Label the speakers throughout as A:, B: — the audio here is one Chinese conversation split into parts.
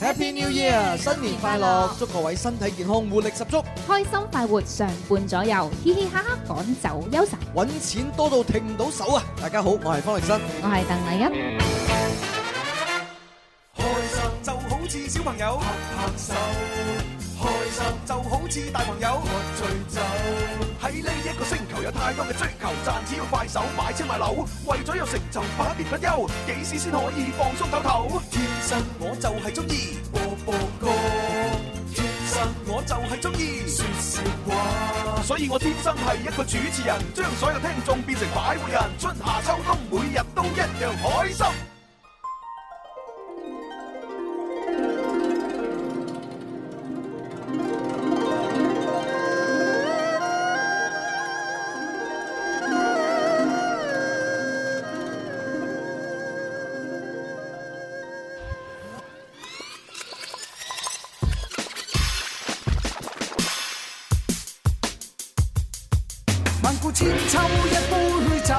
A: Happy New Year，新年快樂！祝各位身體健康，活力十足，
B: 開心快活常伴左右，嘻嘻哈哈趕走憂愁。
A: 揾錢多到停唔到手啊！大家好，我係方力申，
B: 我係鄧麗欣。
C: 開心就好似小朋友拍拍手，開心就好似大朋友喝醉酒。喺呢一個星球有太多嘅追求，賺錢要快手，買車買樓，為咗有成就百年不休，幾時先可以放鬆唞唞？天生我就係中意播播歌，天生我就係中意説笑話，所以我天生係一個主持人，將所有聽眾變成擺渡人，春夏秋冬每日都一樣開心。
D: 萬古千秋一杯酒，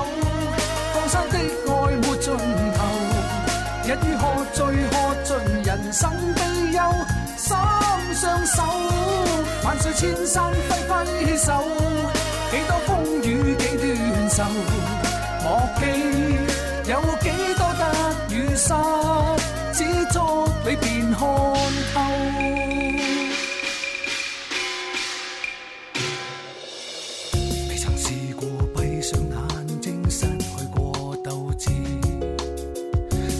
D: 放生的愛沒盡頭。一於喝醉，喝盡人生悲憂，心相守。萬水千山揮揮手，幾多風雨幾段愁。莫記有幾多得與失，只足你便看透。未曾試過閉上眼睛，失去過鬥志。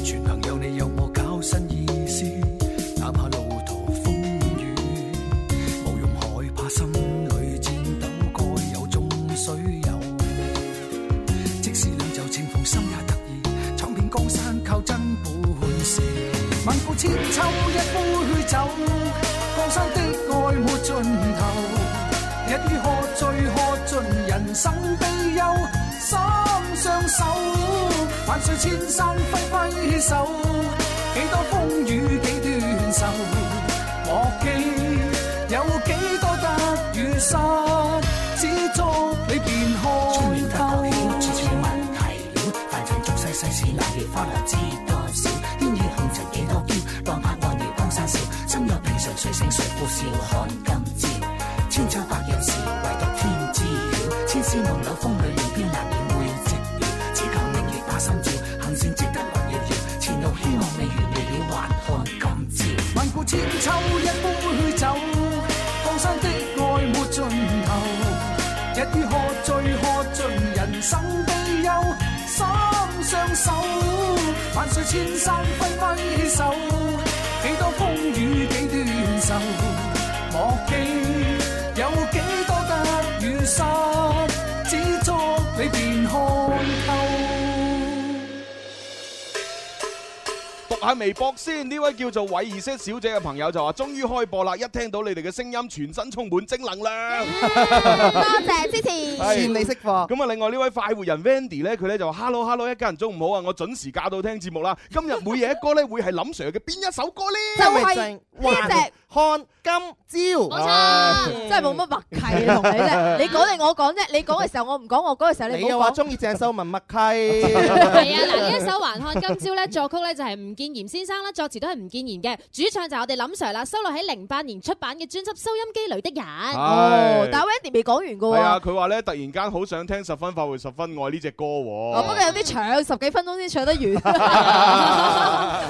D: 全憑有你有我搞新意思，哪怕路途風雨，無用害怕心裏戰鬥，該有終須有。即使兩袖清風，心也得意，闖遍江山靠真本事。萬古千秋一杯酒，江山的愛沒盡頭。一於喝醉，喝盡人生悲憂，心相守。萬水千山揮揮手，幾多風雨幾段愁。莫記有幾多得與失，只足你便看透。萬古千秋一杯酒，江山的愛沒盡頭。一於喝醉，喝盡人生悲憂，心相守。萬水千山揮揮手，幾多風雨幾段愁。莫記有幾多得與失，只足你便看透。
E: 讀下微博先，呢位叫做韋爾些小姐嘅朋友就話：終於開播啦！一聽到你哋嘅聲音，全身充滿正能量。
F: 多謝支持。
E: 係
A: 善你識貨。
E: 咁啊，另外呢位快活人 Vandy 咧，佢咧就話：Hello Hello，一家人中午好啊！我準時駕到聽節目啦。今日每夜一歌咧，會係林 Sir 嘅邊一首歌
F: 就
E: 咧？
F: 係
A: 正
F: 呢隻，
A: 看今朝
F: 冇。錯，
G: 真係冇乜默契啊同你 啫，你講定我講啫，你講嘅時候我唔講，我講嘅時候
A: 你
G: 你
A: 又
G: 唔
A: 話
G: 好講。
A: 中意鄭秀文默契，
H: 係啊，嗱呢一首《還看今朝》咧，作曲咧就係吳建炎先生啦，作詞都係吳建炎嘅，主唱就係我哋林 Sir 啦，收錄喺零八年出版嘅專輯《收音機裏的人》。
G: 哦
E: 係，
G: 但係 Wendy 未講
E: 係
G: 完
E: 啊，
G: 㗎喎，
E: 佢話咧突然間好想聽《十分快活十分愛》呢只歌
G: 哦不過
E: 喎。
G: 有啲長，十幾分鐘先唱得完。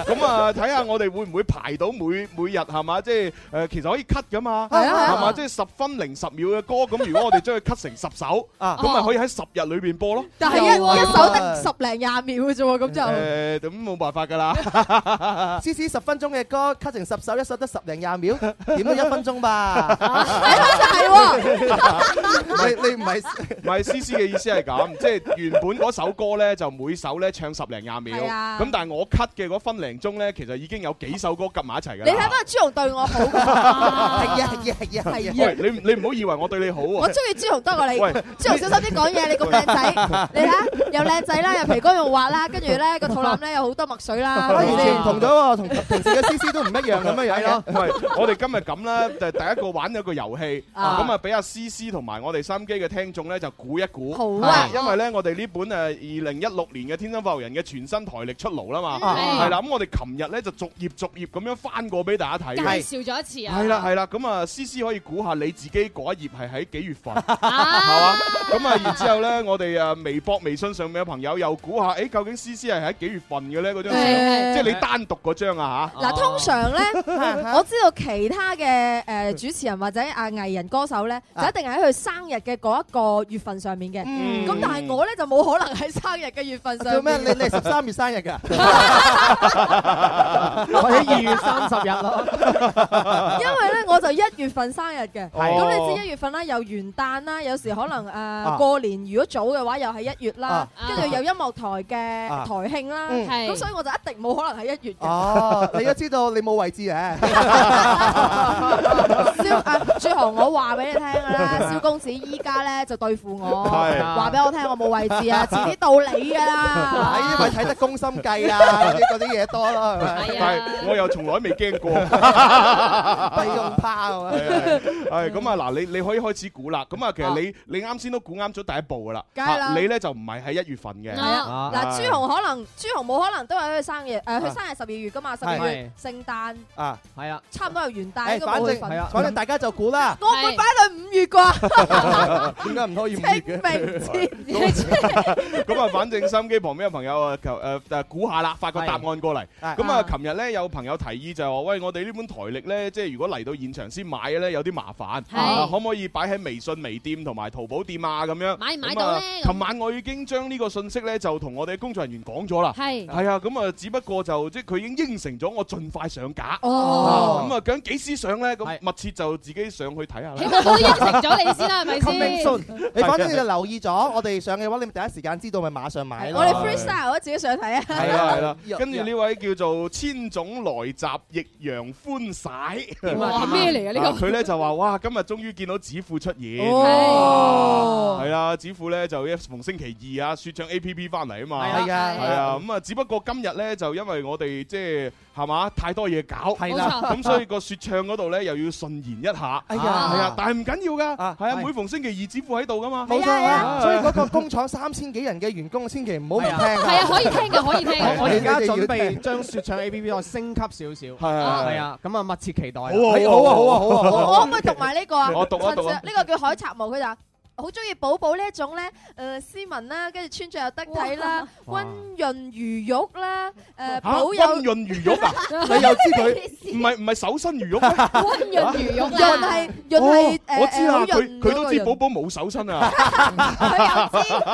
E: 咁啊，睇下我哋會唔會排到每每日係嘛？即係誒，其實可以 cut 噶嘛，
G: 係啊係啊
E: 係嘛？即係十分零十秒嘅歌，咁如果我哋將佢 cut 成十首，
A: 啊
E: 咁咪可以喺十日裏邊播咯。
G: 但係一
E: dạ.
G: 一首得十零廿秒嘅啫喎，咁
A: Ờ.
G: 就
E: 誒，咁冇辦法㗎啦。
A: 詩詩十分鐘嘅歌 cut 成十首，一首得十零廿秒，點都一分鐘吧。
G: 係哎喎，
A: 你你唔係
E: 唔係思思嘅意思係咁，即係原本嗰首歌咧就每首咧唱十零廿秒，
G: 係啊
E: 咁但係我 cut 嘅嗰分零鐘咧，其實已經有幾首歌夾埋一齊㗎啦。
G: 你睇翻朱紅對我好
A: 係啊，係啊，係啊，係啊。
E: 喂，你唔你唔好以為我對你好
G: 我
E: 喎。
G: 中意朱紅多過你
E: 喂，
G: 朱紅小心啲講嘢，你咁靚 仔，你睇下又靚仔啦，又皮膚又滑啦，跟住咧個肚腩咧有好多墨水 啦，係咪先
A: 完全唔同咗喎，同-同平時嘅思思都唔一樣咁樣樣嘅。
E: 喂，我哋今日咁啦，就第一個玩一個遊戲，
G: 啊
E: 咁啊俾阿思思同埋我哋心機嘅聽眾咧就估一估。
G: 好啊，
E: 因為咧，我哋呢本誒二零一六年嘅《天生發育人》嘅全新台歷出爐啦
G: 嗯
E: 嘛，
A: 啊，
E: 係啦，咁我哋琴日咧就逐頁逐頁咁樣翻過俾大家睇
H: 介
E: 嘅。
H: 紹咗一次啊，
E: 係啦係啦，咁啊，思思可以估下你自己嗰一頁係喺幾月 份，係嘛
H: 啊，？
E: 咁啊，然之後咧，我哋啊微博、微信上面嘅朋友又估下，誒究竟思思係喺幾月份嘅咧？嗰張相，
G: 誒
E: 即係你單獨嗰張啊
A: 哦
E: 嚇。
G: 嗱，通 常咧，
A: 啊
G: 我知道其他嘅誒主持人或者啊藝人歌手咧，就
A: 嗯啊
G: 一定係喺佢生日嘅嗰一個月份上面嘅。
A: 嗯。啊
G: 咁但係我咧就冇可能喺生日嘅月份上
A: 做
G: 面。
A: 咩？你-你係13月生日㗎？
G: 因為咧我就一月份生日嘅，
A: 哦
E: 係
G: 咁你知一月份啦，有元旦啦，有時可能
A: 啊
G: 誒過年如果早嘅話又係一月啦
A: 啊，
G: 跟住有音樂台嘅
A: 啊
G: 台慶啦，
A: 嗯
H: 係
G: 咁所以我就一定冇可能係一月嘅。
A: Ờ, 哦，你都知道你冇位置嘅。
G: 蕭啊，朱紅，我話俾你聽㗎啦，蕭公子依家咧就對付我，
E: 係
G: 話俾我聽我冇位置啊，遲啲到你㗎 啦。
A: 係，因為睇得攻心計啊，嗰啲-嗰啲嘢多咯，係咪？
H: 係
E: 但係我
H: 啊，
E: 又從來未驚過，
A: 費用怕啊嘛。
E: 係咁啊！嗱，你你可以開始估啦。咁啊，其實你你啱先都估啱咗第一步噶啦。
G: 梗係啦
E: 啊你咧就唔係喺一月份嘅。
G: 係啊，嗱，
E: 啊
G: 朱紅可能朱紅冇可能都係佢生日，誒佢生日十二月㗎嘛，十二月聖誕
A: 啊，
G: 差唔多有元
A: 誒
G: 旦，應該
A: 反
G: 冇
A: 正
G: 佢份。
A: 反正大家就估啦，
G: 我會擺到五月啩，
A: 點解唔可以五月
G: 清
A: 嘅？
G: 明節。
E: 咁啊，反正心機旁邊嘅朋友啊，求誒誒估下啦，發個答案過嚟。
A: 係
E: 咁啊，琴日咧有朋友提議就係話，喂，我哋呢本台歷咧，即係如果嚟到現場先買咧，有啲麻煩，
H: 係
E: 啊可唔可以擺喺微信微店同埋淘寶店啊？咁樣
H: 買唔買
E: 咁
H: 到
E: 啊
H: 咧？
E: 琴晚我已經將呢個信息咧就同我哋嘅工作人員講咗啦。
H: 係
E: 係啊，咁啊，只不過就即係佢已經應承咗我，盡快上架。
A: 哦
E: 咁啊，究竟幾時上咧？咁
I: 係
E: 密切就自己上去睇下
H: 起
E: 啦。
H: 碼都應承咗你先啦，係咪
A: Coming
H: 先？
A: soon，你反正你就留意咗，我哋上嘅話，你咪第一時間知道，咪馬上買咯。
G: 我哋 freestyle 我都自己上睇啊。
E: 係啦係啦
A: 入，
E: 跟住呢位叫做千種來襲，逆陽歡晒。
H: 哇咩嚟嘅呢
E: 啊
H: 個？
E: 佢咧就話：哇，今日終於見到子富出現。
G: 哦
E: 係，啦，子富咧就一逢星期二啊，說唱 A P P 翻嚟啊嘛。
A: 係啊
E: 係啊，咁啊，只不過今日咧就因為我哋即係係嘛太多嘢搞，
H: 冇
A: 係啦，
H: 錯，
E: 咁所以個說唱嗰度咧又要順延一下。
A: 哎
E: 係
A: 呀，係
E: 啊
A: 啊，，
E: 但係唔緊要噶，
A: 啊
E: 係啊，
A: 係
E: 每逢星期二子富喺度噶嘛。
A: 冇錯
G: 係
E: 啊
A: 啊，所以嗰個工廠三千幾人嘅員工，千祈唔好唔聽啊。
H: 係啊，可以聽嘅，可 以聽嘅。
I: 我而家
A: 你哋要
I: 準備將説唱 A P P 再升級少少，
E: 係啊
I: 係啊，咁啊密切期待啦。
E: 好啊
A: 哎好啊，好啊，好啊，
G: 我
A: 好啊。
G: 我可唔可以讀埋呢個啊？
E: 我讀啊讀啊
G: 呢個叫海賊王，佢就話好中意寶寶呢一種咧，誒斯文啦，跟住穿着又得體啦，
I: 哇
G: 温潤如玉啦，誒
E: 嚇，
G: 保有
E: 温潤如玉 啊，
A: 你又知佢
E: 唔係唔係手身如玉咩？
H: 温潤如玉
G: 潤
H: 啦，
G: 係潤係
E: 哦我知
G: 誒誒
E: 啊，
G: 好
E: 佢
G: 潤
E: 佢都知
G: 嗰個
E: 寶
G: 潤
E: 寶冇手身啊。
G: 佢又知，你又知，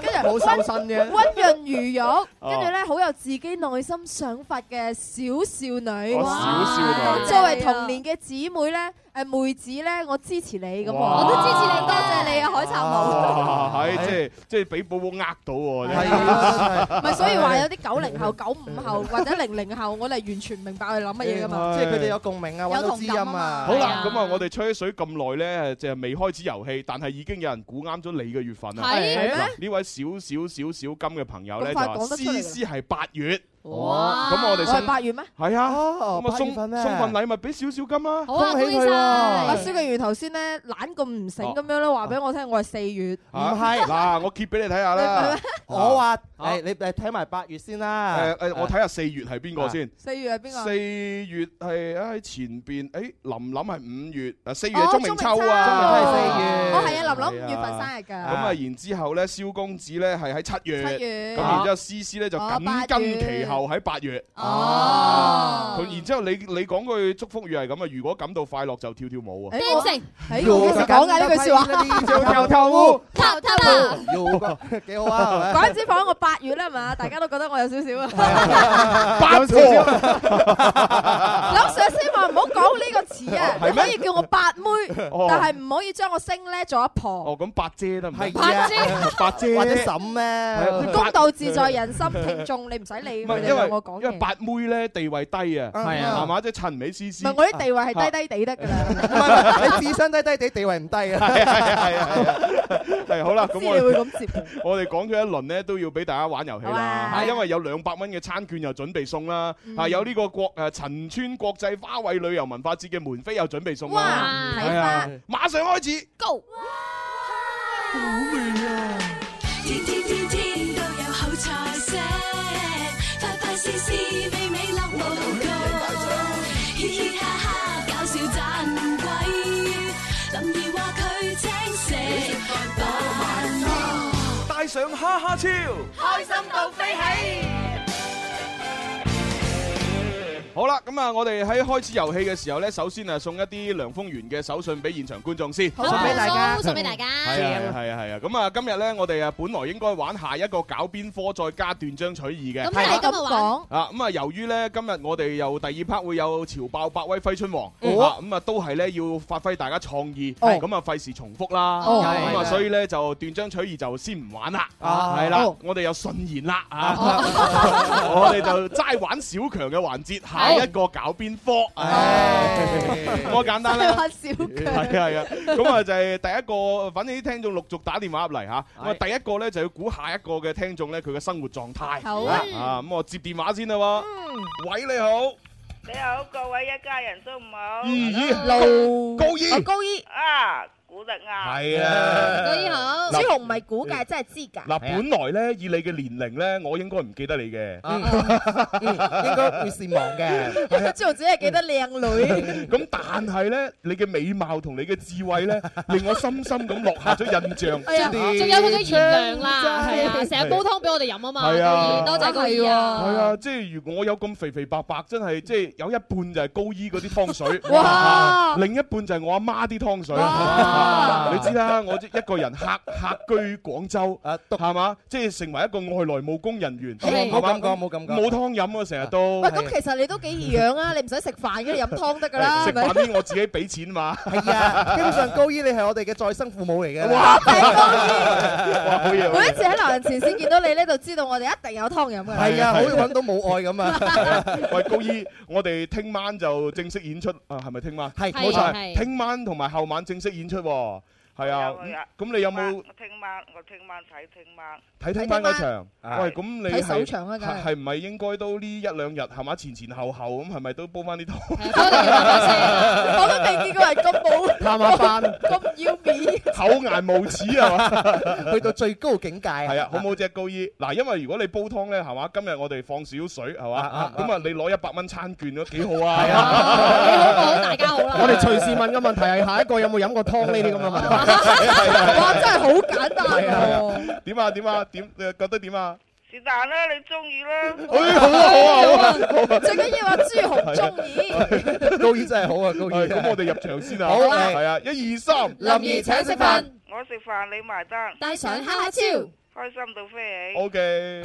G: 跟住
I: 冇手身啫。
G: 温潤如 玉，跟住咧好有自己內心想法嘅小少女。
E: 哦
G: 哇
E: 小少女
G: 作為童年嘅姊妹咧，誒妹子咧，我支持你咁 喎，
E: 哇我都支持你
G: 多謝你啊，海賊王。
E: 哇，係即係即係俾寶寶呃到喎。真係
A: 係啊，
G: 唔係，所以話有啲九零後、九五後或者零零後，我哋完全唔明白佢諗乜嘢噶嘛。
A: 即係佢哋有共鳴啊，揾到知音啊。
E: 好啦，
H: 有同感係啊
E: 咁啊，我哋吹水咁耐咧，就係未開始遊戲，但係已經有人估啱咗你嘅月份啦。
H: 係
G: 咩
E: 嗱呢位少少少少金嘅朋友咧就
G: 啊咁快
E: 話
G: 講得出嚟㗎
E: 思思係八月，
H: 哇！
E: 咁我
G: 我
E: 哋
G: 係
E: 送
G: 八月咩？
E: 係啊，
A: 哦，
E: 咁啊
A: 八
E: 送
A: 月份咧，
E: 送份禮物俾少少金啦。
H: 好啊，
A: 恭喜
H: 恭喜
A: 佢喎
G: 阿
H: 晒！
G: 蕭敬元頭先咧懶咁唔醒咁樣咧，話俾我聽，我係四月。
E: 唔
A: 唔係
E: 啊嗱，我揭俾你睇 下啦。
A: 我話誒，你誒睇埋八月先啦。
E: 誒誒，我睇下四月係邊
A: 啊
E: 個先。
G: 四月係邊個？
E: 四月係喺前邊，誒林林係五月，啊四月
G: 哦
E: 係鐘明秋
A: 明秋
E: 啊，
A: 係四月
G: 哦，係啊，林林五月份
E: 係啊
G: 生日
E: 咁
G: 㗎。
E: 啊，然之後咧，蕭公子咧係喺七月。
G: 七月
E: 咁。然之後，思思咧就
G: 哦
E: 緊跟其後喺八月。
G: 哦
E: 佢然之後你你講句祝福語係咁啊，如果感到快樂就跳跳舞啊。
G: 誒，
H: 丁
G: 我
H: 成
G: 誒我幾時講㗎呢句説話？
A: 話？
H: 偷偷啦，
A: 幾好 啊，係咪？
G: 鬼知房我八月啦，係嘛？大家都覺得我有少少啊。
E: 八個
G: 諗上先話唔好講呢個詞啊，
E: 係咩
G: 你可以叫我八妹。
E: 哦
G: 但係唔可以將個星咧做一婆。
E: 哦，咁八姐得唔得？
A: 係啊
H: 八姐
E: 八姐
A: 或者嬸
E: 係啊
A: 咧，
G: 公道自在人心，聽眾你唔使理
E: 唔
G: 佢
E: 係
G: 哋
E: 因為
G: 兩個講
E: 因
G: 嘢。
E: 為八妹咧地位低啊，
A: 嗯
I: 係啊
E: 係嘛？即係陳美思
G: 唔
E: 思。啊
G: 係我啲地位係低低地得㗎啦，
A: 唔係唔係你智商低低地，地位唔低
E: 係啊係啊係啊
A: 啊。
E: 係啊係好啦，
G: 知
E: 咁
G: 你
E: 我
G: 會咁接嘅。
E: 我哋講咗一輪咧，都要俾大家玩遊戲
G: 好
E: 啦，
G: 啊
E: 嚇因為有兩百蚊嘅餐券又準備送啦，
G: 嗯
E: 嚇有呢個國誒陳村國際花卉旅遊文化節嘅門飛又準備送啦，啊
H: 哇！
G: 哇！睇花
E: 馬上開始。
H: Go！
J: 天天天天都有好菜色，快快事事美美樂無窮，嘻嘻哈哈搞笑盞鬼，林兒話佢請食飯咯。
C: 帶上哈哈超，
E: 好啦，咁啊，我哋喺開始遊戲嘅時候呢，首先啊送一啲梁風源嘅手信俾現場觀眾先。
A: 好送俾大家
H: 送俾大家。
E: 係啊係啊係啊，咁啊今日呢，我哋啊本來應該玩下一個搞邊科再加斷章取義嘅
H: 咁。
G: 你
H: 你今
G: 咁
H: 日玩
G: 講，
E: 啊，咁啊，由於咧今日我哋又第二 part 會有潮爆百威揮春王，
A: 哦
E: 啊，咁啊都係咧要發揮大家創意，
A: 哦
E: 咁啊費事重複啦，
H: 哦
E: 咁啊
I: 係
E: 所以咧就斷章取義就先唔玩啦，
A: 啊
E: 係啦
A: 哦，
E: 我哋又順延啦啊， 我哋就齋玩小強嘅環節，下一個搞邊科，唉
A: 唉
E: 我簡單
G: 你
E: 啦。
G: 話小
E: 係啊
G: 強，
E: 係啊，咁啊就係第一個，反正啲聽眾陸續打電話入嚟嚇，咁啊第一個咧就要估下一個嘅聽眾咧佢嘅生活狀態。
G: 好啊
E: 啊咁我接電話先啦喎。喂你好，
J: 你好，各位一家人中午好。
E: 咦
G: 路
E: 高醫
G: 哦高醫，
K: À,
J: 啊，估得啱。
E: 係啊。
H: 各位好
G: 朱，紅唔係估嘅，真係知㗎。
E: 嗱，本來咧以你嘅年齡咧，我應該唔記得你嘅。
A: 嗯應該會善忘嘅。
G: 朱紅只 係啊記得靚女，
E: 咁但係咧，你嘅美貌同你嘅智慧咧，令我深深咁落下咗印象。
G: 哎呀，
H: 仲有佢嘅原諒啦，係啊，成日煲湯俾我哋飲啊嘛，
E: 係啊
H: 多謝佢啊，
E: 係啊，即係如果我有咁肥肥白白，真係即係有一半就係高醫嗰啲湯水，
G: 嗯 哇
E: 啊另一半就係我阿媽啲湯水。
G: 哇
E: 你知啦，我一個人客客居廣州，
A: 啊，讀
E: 係嘛？即係成為一個外來務工人員，
H: 係
E: 係
A: 冇
E: 嘛
A: 咁講，冇咁講。
E: 冇湯飲啊，成日都
G: 喂，。咁其實你都幾易養啊，你唔使食飯嘅，你飲湯得㗎啦，
E: 食
G: 係咪？
E: 飯啲我自己俾錢嘛，
A: 係啊，基本上 高醫你係我哋嘅再生父母嚟嘅。
E: 哇
G: 係高醫。
E: 哇好嘢！好
G: 每一
E: 嘢
G: 次喺流行前線見到你呢度，知道我哋一定有湯飲㗎啦。
A: 係啊，好似揾到母愛咁啊。
E: 喂，高醫，我哋聽晚就正式演出啊，係咪聽晚？
A: 係
H: 係
A: 冇
H: 啊
A: 錯。
E: 係聽晚同埋後晚正式演出喎，係
K: Dạ,
E: 啊
K: vâng
J: 有啊。
E: 咁你有冇
J: 我聽晚我聽晚睇聽晚。
E: 睇聽晚嗰場？
A: 晚
E: 喂，咁你
G: 睇首
E: 係
G: 場啊，梗
E: 係
G: 係。
E: 係唔係應該都呢一兩日係嘛？前前後後咁係咪都煲翻啲湯？
H: 係啊多謝大家先
G: 我都未見過人咁冇
I: 探下班，
G: 咁要面。
E: 厚顏無恥啊！
A: 去到最高境界。
E: 係
A: 係
E: 啊，好冇只高醫嗱，因為如果你煲湯咧，係嘛？今日我哋放少水係
A: 啊
E: 嘛
A: 啊，
E: 咁啊你攞一百蚊餐券都幾好啊！
A: 係啊
H: 你好我好大家好啦，
I: 我哋 隨時問嘅問題係下一個有冇飲過湯呢啲咁嘅問題。
G: 哇，真係好簡單
E: 係啊係
G: 喎。
E: 點啊點啊點？你覺得點啊？
J: 是但啦，你中意啦。
E: 哎好啊好啊好啊！
G: 最緊要話朱紅中意。
A: 高醫真係好啊，高
E: 係
A: 醫。
E: 咁我哋入場 先啊！
A: 好啊
E: 係啊，一二三。
G: 林兒請食飯，
J: 我食飯你埋單，
H: 帶上哈哈超，
J: 開心到飛起。
E: O K。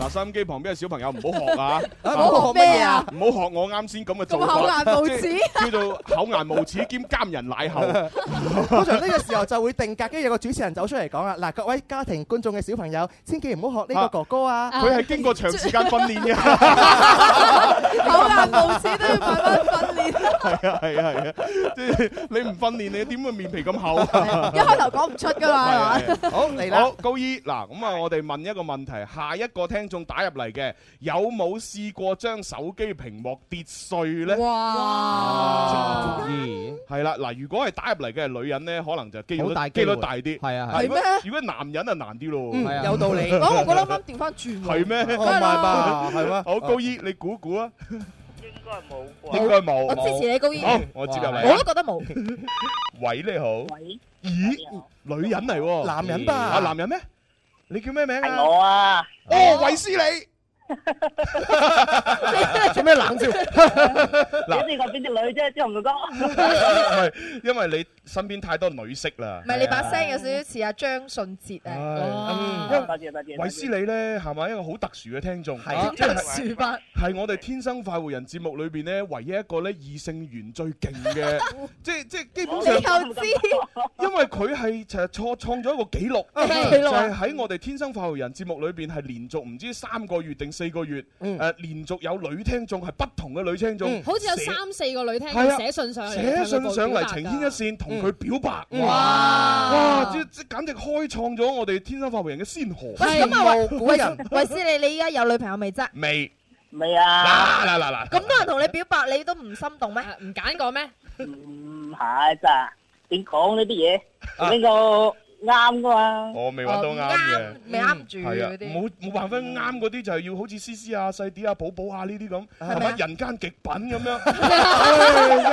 E: 嗱，收音機旁邊嘅小朋友唔好學 啊，
A: 啊
G: 我學咩啊？
E: 唔好學我啱先咁嘅做
G: 咁厚
E: 法，
G: 顏無
E: 即
G: 恥。啊
E: 叫做厚顏無恥兼監人奶後。
A: 通常呢個時候就會定格，跟住有個主持人走出嚟講啊，嗱，各位家庭觀眾嘅小朋友，千祈唔好學呢個哥哥啊！
E: 佢係經過長時間訓 練嘅，係
G: 口硬無恥都要慢慢訓練，
E: 啊係啊係啊，即係你唔訓練你點會面皮咁厚啊？
G: 一開頭講唔出噶
E: 係啊
G: 嘛，係嘛？
E: 係啊
A: 好嚟啦
E: 好，，高醫嗱，咁啊，我哋問一個問題，下一個聽眾打入嚟嘅，有冇試過將手機屏幕跌碎呢？嗯
G: 哇！
I: 咦，
E: 係啦，嗱，如果係打入嚟嘅係女人呢，可能就機
I: 好
E: 率
I: 大
E: 機
I: 機
E: 率
I: 會
E: 大啲。
I: 係啊
E: 係
I: 係。
G: 係
E: 如果
G: 咩
E: 如果男人啊難啲咯，
I: 係
A: 嗯，
I: 啊
A: 有道理，
G: 我我覺得啱啱調翻轉喎，
E: 係咩？哦
A: 唔係 吧？係咩？
E: 好，高醫你估估啊？
J: 應該冇
E: 哦應
J: 啩？
E: 該冇。
G: 我支持你高醫，
E: 好，我接入
G: 我
E: 嚟
G: 都。覺得冇，
E: 喂，你好。
J: 喂，
E: 咦，女人嚟喎？
A: 男人
E: 啊，
A: 吧？
E: 男人咩？你叫咩名
J: 係
E: 啊？
G: 哦
J: 我啊！
E: 哦，維斯利。
I: 做咩冷笑？
L: 你知我邊啲女啫，朱紅哥哥。
E: 係 因為你身邊太多女色啦。
G: 唔係你把聲
J: 啊
G: 有少少似阿張信哲啊。
E: 因為維斯你咧係咪一個好特殊嘅聽眾？啊
G: 係
E: 即係
G: 特殊吧
E: 係我哋天生快活人節目裏邊咧，唯一一個咧異性緣最勁嘅， 即係即係基本上
G: 你又知
E: 因為佢係其實創創咗一個紀錄，
G: 咩紀
E: 就
G: 錄啊
E: 係喺我哋天生快活人節目裏邊係連續唔知三個月定四個月，誒連續有女聽眾係不同嘅女聽眾，
H: 嗯好似有
E: 寫
H: 三四個女聽
E: 係啊
H: 眾寫信上嚟，
E: 寫信上嚟
H: 呈
E: 情牽一線，同佢表白，
H: 嗯
E: 哇
H: 哇
E: 哇！即即簡直開創咗我哋天生快活人嘅先河。
G: 喂，咁啊，喂，喂，斯利，你依家有女朋友未啫？
E: 未
L: 未啊？
E: 嗱嗱嗱嗱。
G: 咁多人同你表白，你都唔心動咩？
H: 唔揀過咩？
L: 唔係咋？點講呢啲嘢？
E: À.
L: 呢個啱噶嘛？
E: 我啊哦未揾到啱嘅，
G: 未啱住
E: 係啊
G: 嗰，啲
E: 冇冇辦法啱嗰啲就係要好似思思啊、細啲啊、寶寶啊呢啲咁，係咪人間極品咁樣？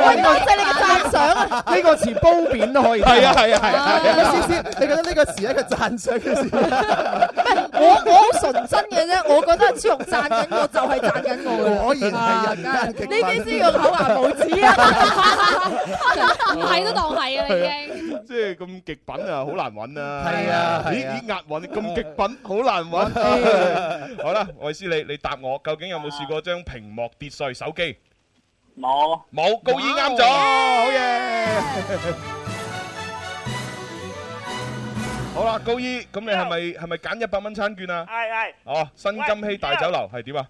G: 喂，多謝你嘅讚賞啊！
I: 呢個詞褒貶都可以。
E: 係啊係啊係啊係啊
A: 思思，你覺得呢個詞係一個讚賞嘅詞？
G: 我我好純真嘅啫，我覺得朱紅讚緊我就係讚緊我嘅。
A: 果然係人間極品
G: 呢啲先叫厚顏無恥 啊！
H: 唔係都當係啊，你已 經。
E: 即係咁極品啊，好難揾啊！
I: 係啊
E: 咦
I: 係啊
E: 咦押韻咁極品，好難 揾。好啦，愛思你你答我，究竟有冇試過將屏幕跌碎手機？
L: 冇
E: 冇，高二啱咗，好嘢！好啦，高二，咁你係咪係咪揀一百蚊餐券啊？
K: 係係。
E: 哦，新金禧大酒樓係點啊？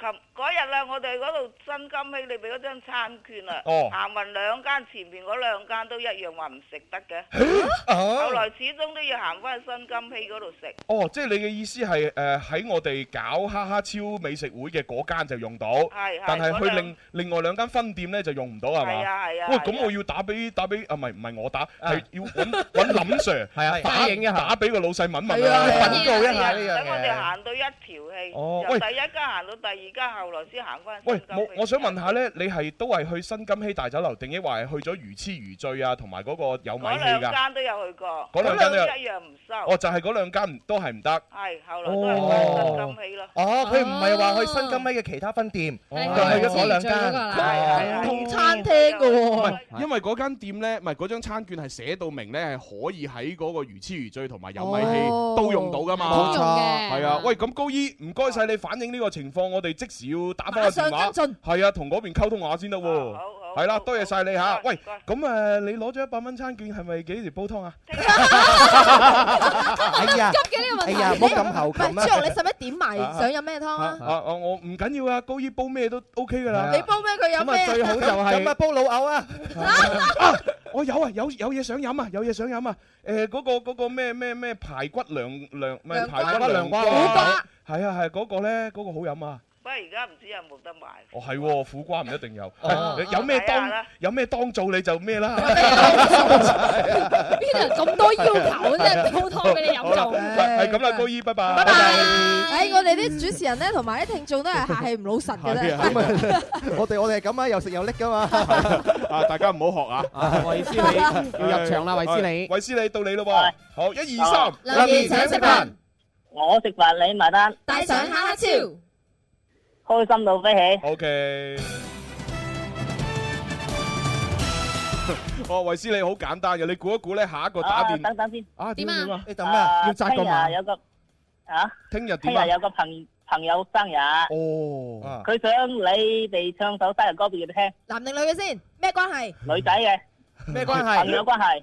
K: 琴嗰日啊，我哋嗰度新金禧你俾嗰張餐券啊，
E: 哦
K: 行運兩間，前面嗰兩間都一樣話唔食得嘅，後
E: 哦
K: 來始終都要行翻去新金禧嗰度食。
E: 哦，即係你嘅意思係誒喺我哋搞哈哈超美食會嘅嗰間就用到，
K: 係
E: 但係去
K: 嗰兩
E: 另另外兩間分店咧就用唔到係嘛？
K: 係啊係啊
E: 喂，
K: 係啊
E: 咁我要打俾打俾啊，唔係唔係我打，係要揾 揾林 Sir
I: 係啊
E: 打
I: 反映一下
E: 打俾個老細問問
I: 係啊係啊
E: 禀告一下呢樣
K: 等我哋
E: 嘢。
K: 行到一條氣，
E: 哦
K: 由
E: 喂
K: 第一間行到第二間，後來先行翻新
E: 喂，
K: 金禧。
E: 我我想問下咧，你係都係去新金禧大酒樓，定抑或係去咗魚翅魚醉啊，同埋嗰個有米
K: 嗰
E: 氣
K: 兩
E: 㗎？
K: 間都有去過，
E: 嗰兩間都有
K: 嗰一樣唔收。
E: 哦，就係嗰兩間唔都係唔得。
K: 係後來都係翻新金禧咯。
E: Ờ,
I: 哦，佢唔係話去新金禧嘅其他分店，就去咗嗰兩間。
G: 同餐廳嘅喎。
E: 因為嗰間店咧，唔係嗰張餐券係寫到明咧，係可以喺嗰個魚翅魚醉同埋有米氣
I: 哦
E: 都用到噶嘛。
I: 冇錯
E: 係啊。喂，咁高醫唔該晒你反映呢個情況，我哋即時要打翻個電話
I: 馬上跟進，
E: 係啊，同嗰邊溝通下先得喎。係啦，多謝晒你吓。喂，咁誒，你攞咗一百蚊餐券係咪幾時煲湯啊？哎
A: 呀
G: 急嘅呢個問題哎呀唔好咁後唔係朱紅，你使唔使點埋
E: À,
G: 想飲咩湯
E: 啊
G: 啊？
E: 啊啊！我唔緊要啊，高醫煲咩都 OK 噶啦。
G: 你煲咩佢飲咩？
A: 咁啊煲老藕 啊！
E: À, 我有啊，有有嘢想飲啊，有嘢想飲啊！誒嗰個嗰個咩咩咩排骨涼涼咩
K: 涼瓜
E: 排骨涼瓜，
K: 苦瓜
E: 係啊係嗰個咧，嗰個好飲啊！
K: 不過而家唔知有冇得買。
E: 哦係喎，苦瓜唔一定有，
K: 哦
E: 有咩
K: 睇下
E: 當
K: 啦
E: 有咩當做你就咩啦。
H: 邊度有咁多 要求真係煲湯俾你飲
E: 好
H: 做
E: 啦係咁啦，高姨拜拜。
G: 拜拜！誒，我哋啲主持人咧，同埋啲聽眾都係客氣唔老實嘅
E: 係
G: 啫
E: 啊。
A: 我哋我哋係咁啊，又食又拎噶 嘛。
E: 啊，大家唔好學啊！
I: 衛 斯理要入場啦衛斯理
E: 維斯你到你咯喎，好一二
L: 好
E: 三，
L: 林怡請食飯，我食飯你埋單，
G: 帶上蝦超，
L: 開心到飛起。
E: O K。哦，維斯你好簡單嘅，你估一估咧，下一個打
L: 啊，
E: 電
L: 等等先。
E: 啊點啊點啊
L: 你
E: 等啊要扎個馬
L: 聽日有個啊，
E: 聽日
L: 聽
E: 點啊
L: 日有個朋朋友生日，
E: 哦，
L: 佢想你哋唱首生日歌俾佢聽，
G: 男定女嘅先，咩關係？
L: 女仔嘅
A: 咩
I: 關係
L: 朋友關係。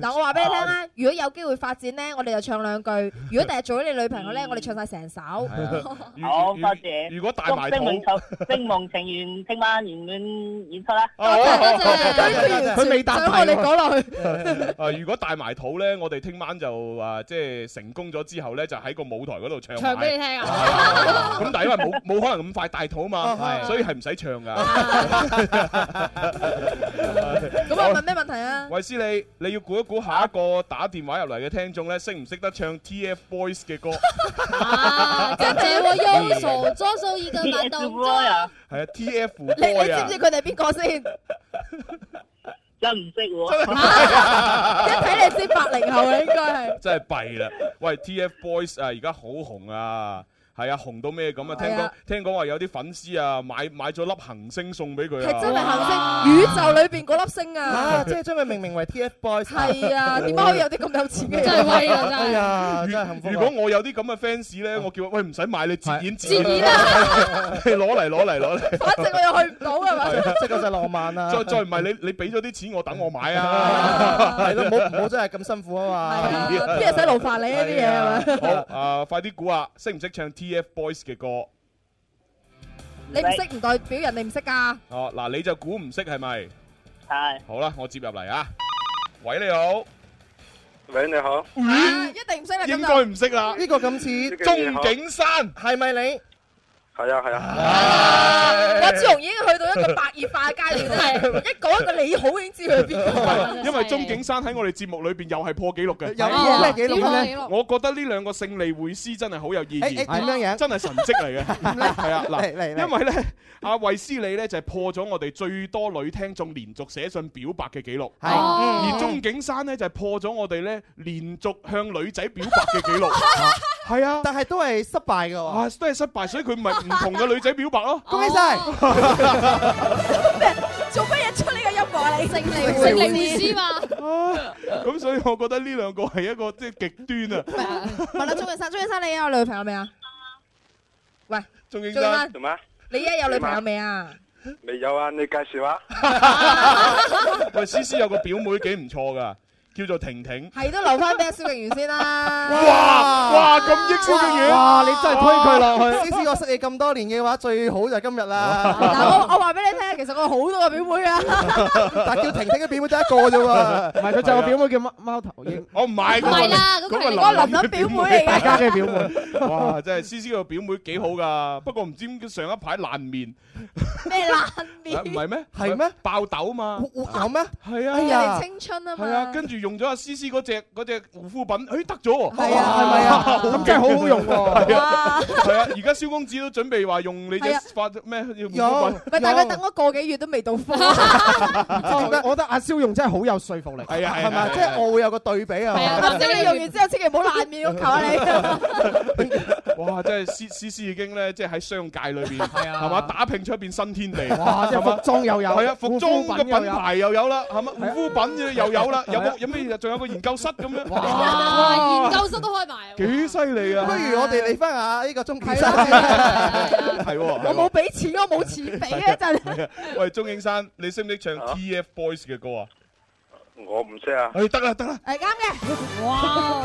G: 嗱，我話俾你聽啊，如果有機會發展咧，我哋就唱兩句；如果第日做咗你女朋友咧，我哋唱晒成首。
L: 好，多謝。
E: 啊如果
L: 大
E: 埋
L: 星夢情 星夢情緣，聽晚圓滿演出 啦。
E: 好啊好啊多謝多謝多謝佢未答題喎
G: 落去。
E: 啊，如果大埋肚咧，我哋聽晚就啊，即係成功咗之後咧，就喺個舞台嗰度唱埋。
H: 唱俾你聽啊
E: 係啊！咁但係因為冇冇可能咁快大肚啊嘛，
G: 係
E: 所以係唔使唱 噶。
G: 咁我問咩問題啊？
E: 喂，斯利，你要估一估下一個打電話入嚟嘅聽眾咧，識唔識得唱 TFBOYS 嘅歌？
H: 跟住 我用傻咗數已經 達到咗。
E: 係啊，TF
G: 你你
E: Boy
G: 知唔
E: 啊
G: 知！佢哋邊 個先？
L: 真唔識喎。
E: À,
G: 一睇你知八零後啦，應該係。
E: 真係弊啦！喂，TFBOYS 啊，而家好紅啊！係啊，紅到咩咁啊？聽
G: 係
E: 講
G: 啊
E: 聽講話有啲粉絲啊，買買咗粒行星送俾佢啊！
G: 係真係行星宇宙裏邊嗰粒星啊！
A: 即係將佢命名為 TFBOYS。
G: 係啊，點解可以有啲咁有錢嘅人？
A: 哎呀，真係幸福啊。
E: 如果我有啲咁嘅 fans 咧，我叫佢喂唔使買，你自演
A: 自演
E: 啦，你攞嚟攞嚟攞嚟。
G: 反正我又去唔到係嘛？
A: 即係嗰隻浪漫啊！
E: 再再唔係你你俾咗啲錢我等我買啊！
A: 係咯，唔好唔好真係咁辛苦啊嘛。
G: 啲嘢使勞煩你啊啲嘢係咪？
E: 好啊，快啲估下，識唔識唱 TFBOYS 嘅歌？
G: 你唔識唔代表人哋唔識㗎。
E: 哦，嗱你就估唔識係咪？
L: 係。
E: 好啦，我接入嚟啊！喂，你好。
M: 喂，你好。
G: 一定唔識啦，
E: 應該唔識啦。
A: 呢個咁似
E: 鐘景山，
A: 係咪你？
M: 係啊，係啊。
G: 阿朱容已經去到一個白熱化嘅階段，真係一講一個 你好已經知佢係邊個啦。
E: 因為鐘景山喺我哋節目裏邊又係破紀錄嘅，
A: 有有咩紀錄呢點破紀錄
E: 我覺得呢兩個勝利會師真係好有意
A: 誒
E: 義，
A: 誒點樣樣
E: 真係神蹟 嚟嘅，係啊嗱，
A: 嚟嚟嚟
E: 因為咧阿衛斯理咧就係破咗我哋最多女聽眾連續寫信表白嘅紀錄，
A: 係哦
E: 而鐘景山咧就係破咗我哋咧連續向女仔表白嘅紀 錄，係啊，
A: 但係都係失敗嘅喎。
E: 啊都係失敗，所以佢咪唔同嘅女仔表白咯。
A: 恭喜晒！
G: 做乜嘢出呢個音樂啊？你勝
H: 勝利會師嘛？
E: 咁所以我覺得呢兩個係一個即係極端啊。
G: 問啦，鍾永山，鍾永山，你有女朋友未啊？喂，
E: 鍾
G: 永
M: 景
G: 山，
M: 做咩？
G: 你依家有女朋友未啊？
M: 未有啊，你介紹啊。
E: 喂，思思有個表妹幾唔錯噶，叫做婷婷。
G: 係都留翻俾阿蕭敬元先啦。
E: 哇哇咁益蕭敬元
A: 哇！你真係推佢落
E: 哇
A: 去。思思，我識你咁多年嘅話，最好就係今日啦。
G: 嗱， 我我話俾你聽，其實我好多個表妹啊。
A: 但叫婷婷嘅表妹得一個啫喎。
I: 唔係佢就我表妹叫貓貓頭鷹。
E: 我唔係，
I: 唔係啦
E: 嗰
I: 嗰個
E: 個
I: 係
E: 嗰
I: 嗰個
E: 林
I: 林
E: 林
I: 林
E: 表
I: 表
E: 妹
I: 妹嚟㗎
E: 嚟㗎
I: 大家嘅表妹
E: 哇！真係思思個表妹幾好噶，不過唔知點解上一排爛面。
G: 咩爛
E: 啊唔係咩？
A: 係咩？
E: 爆豆嘛？
A: 有咩？
E: 係啊！
G: 哎呀，你青春啊嘛。
E: 係啊，跟住用咗阿思思嗰只嗰只護膚品，誒得咗喎。
G: 係啊係咪啊
E: 咁
A: 真係好好用
G: 喎
E: 係啊，係啊，而家蕭公子都準備話用你隻
G: 係啊
E: 化咩護
G: Dạ.
E: 膚
I: 有
E: 品。
G: 喂，但係佢等咗個幾月都未到貨。
I: 我覺得阿蕭容真係好有說服力。
E: 係啊係啊
A: 係咪？即係我會有個對比啊。
G: 阿蕭，你用完之後千祈唔好爛面，我求下你。
E: 哇！真係思思思已經咧，即係喺商界裏邊，係嘛打拼出一片新天地。
I: 哇！即係服裝又有，
E: 係啊，服裝嘅
I: 護膚
E: 品
I: 又有
E: 牌又有啦，係咪？護膚品又有啦，
I: 係啊
E: 有冇有咩？仲有個研究室咁樣。
H: 哇！研究室都開埋。
E: 幾犀利啊！
A: 不如我哋嚟啊翻下呢個中間。
E: 係喎，
G: 我冇俾錢， 我冇錢俾啊！真係。
E: 係啊。喂，鐘景山，你識唔識唱 TFBOYS 嘅歌啊？
M: 我唔識啊。
E: 誒得啦得啦，
G: 係啱嘅。哇！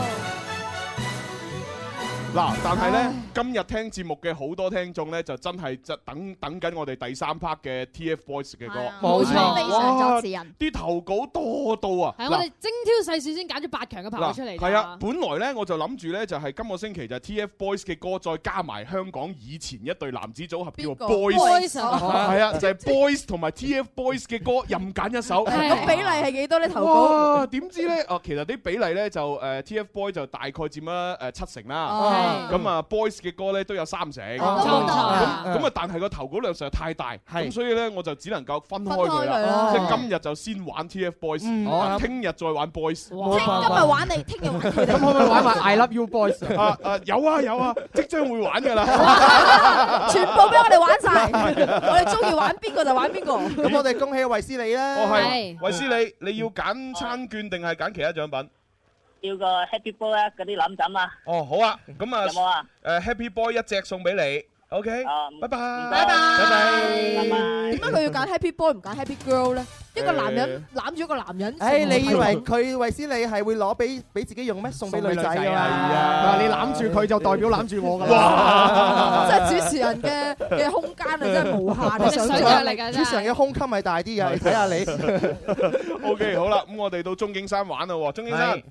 E: 嗱，但係咧，今日聽節目嘅好多聽眾咧，就真係就等等緊我哋第三 part 嘅 TFBOYS 嘅歌。
H: 冇錯非常
E: 哇
H: 作詞人
E: 啲投稿多到啊！
H: 係我
E: 嗱
H: 哋精挑細選先揀咗八強嘅朋友出嚟㗎。
E: 係啊，本來呢，我就諗住呢，就係今個星期就係 TFBOYS 嘅歌，再加埋香港以前一對男子組合叫做
H: 邊個
E: Boys，
H: Boys 啊
E: 係啊，就係 Boys 同埋 TFBOYS 嘅歌任揀一首。
G: 個比例係幾多咧？投
E: 哇！
G: 稿
E: 點知咧？哦，其實啲比例咧就呃誒 TFBOYS 就大概佔咗誒七成啦
G: 哦，
E: 咁啊 Boys 嘅歌咧都有三成，咁
G: 哦差唔多啊
E: 咁啊，但係個投稿量實在太大，咁所以咧我就只能夠分開佢
G: 分開佢
E: 啦，
G: 啦
E: 即係今日就先玩 TFBOys，啊聽日再玩 Boys，
G: 聽今日玩你，聽日玩佢哋。
I: 咁可唔可以玩埋 I Love You Boys
E: 啊啊有啊有啊，即將會玩㗎啦。 啊
G: 全部俾我哋玩晒， 我哋中意玩邊個就玩邊個。
A: 咁我哋恭喜維斯利啦。
E: 哦係，維斯利，你要揀餐券定係揀其他獎品？
L: 要個 Happy Boy 啊，嗰啲攬枕啊。
E: 哦，好啊，咁啊，
L: 有冇啊
E: 誒 Happy Boy 一隻送俾你。 OK，拜拜，
G: 拜
E: 拜
G: 拜，點解佢要揀 Happy Boy 唔揀 Happy Girl 咧？一個男人攬住一個男人，
A: 唉，你以為佢維斯利係會攞俾俾自己用咩？送俾女仔㗎嘛
I: 啊，你攬住佢就代表攬住我 㗎
A: 哇
I: 啦。
A: 真
G: 主持人嘅嘅空間啊，真係 無限啊！想像
A: 主持人嘅胸襟係大啲㗎，你睇下你。
E: OK，好啦，咁我哋到中景山玩啦喎，中景山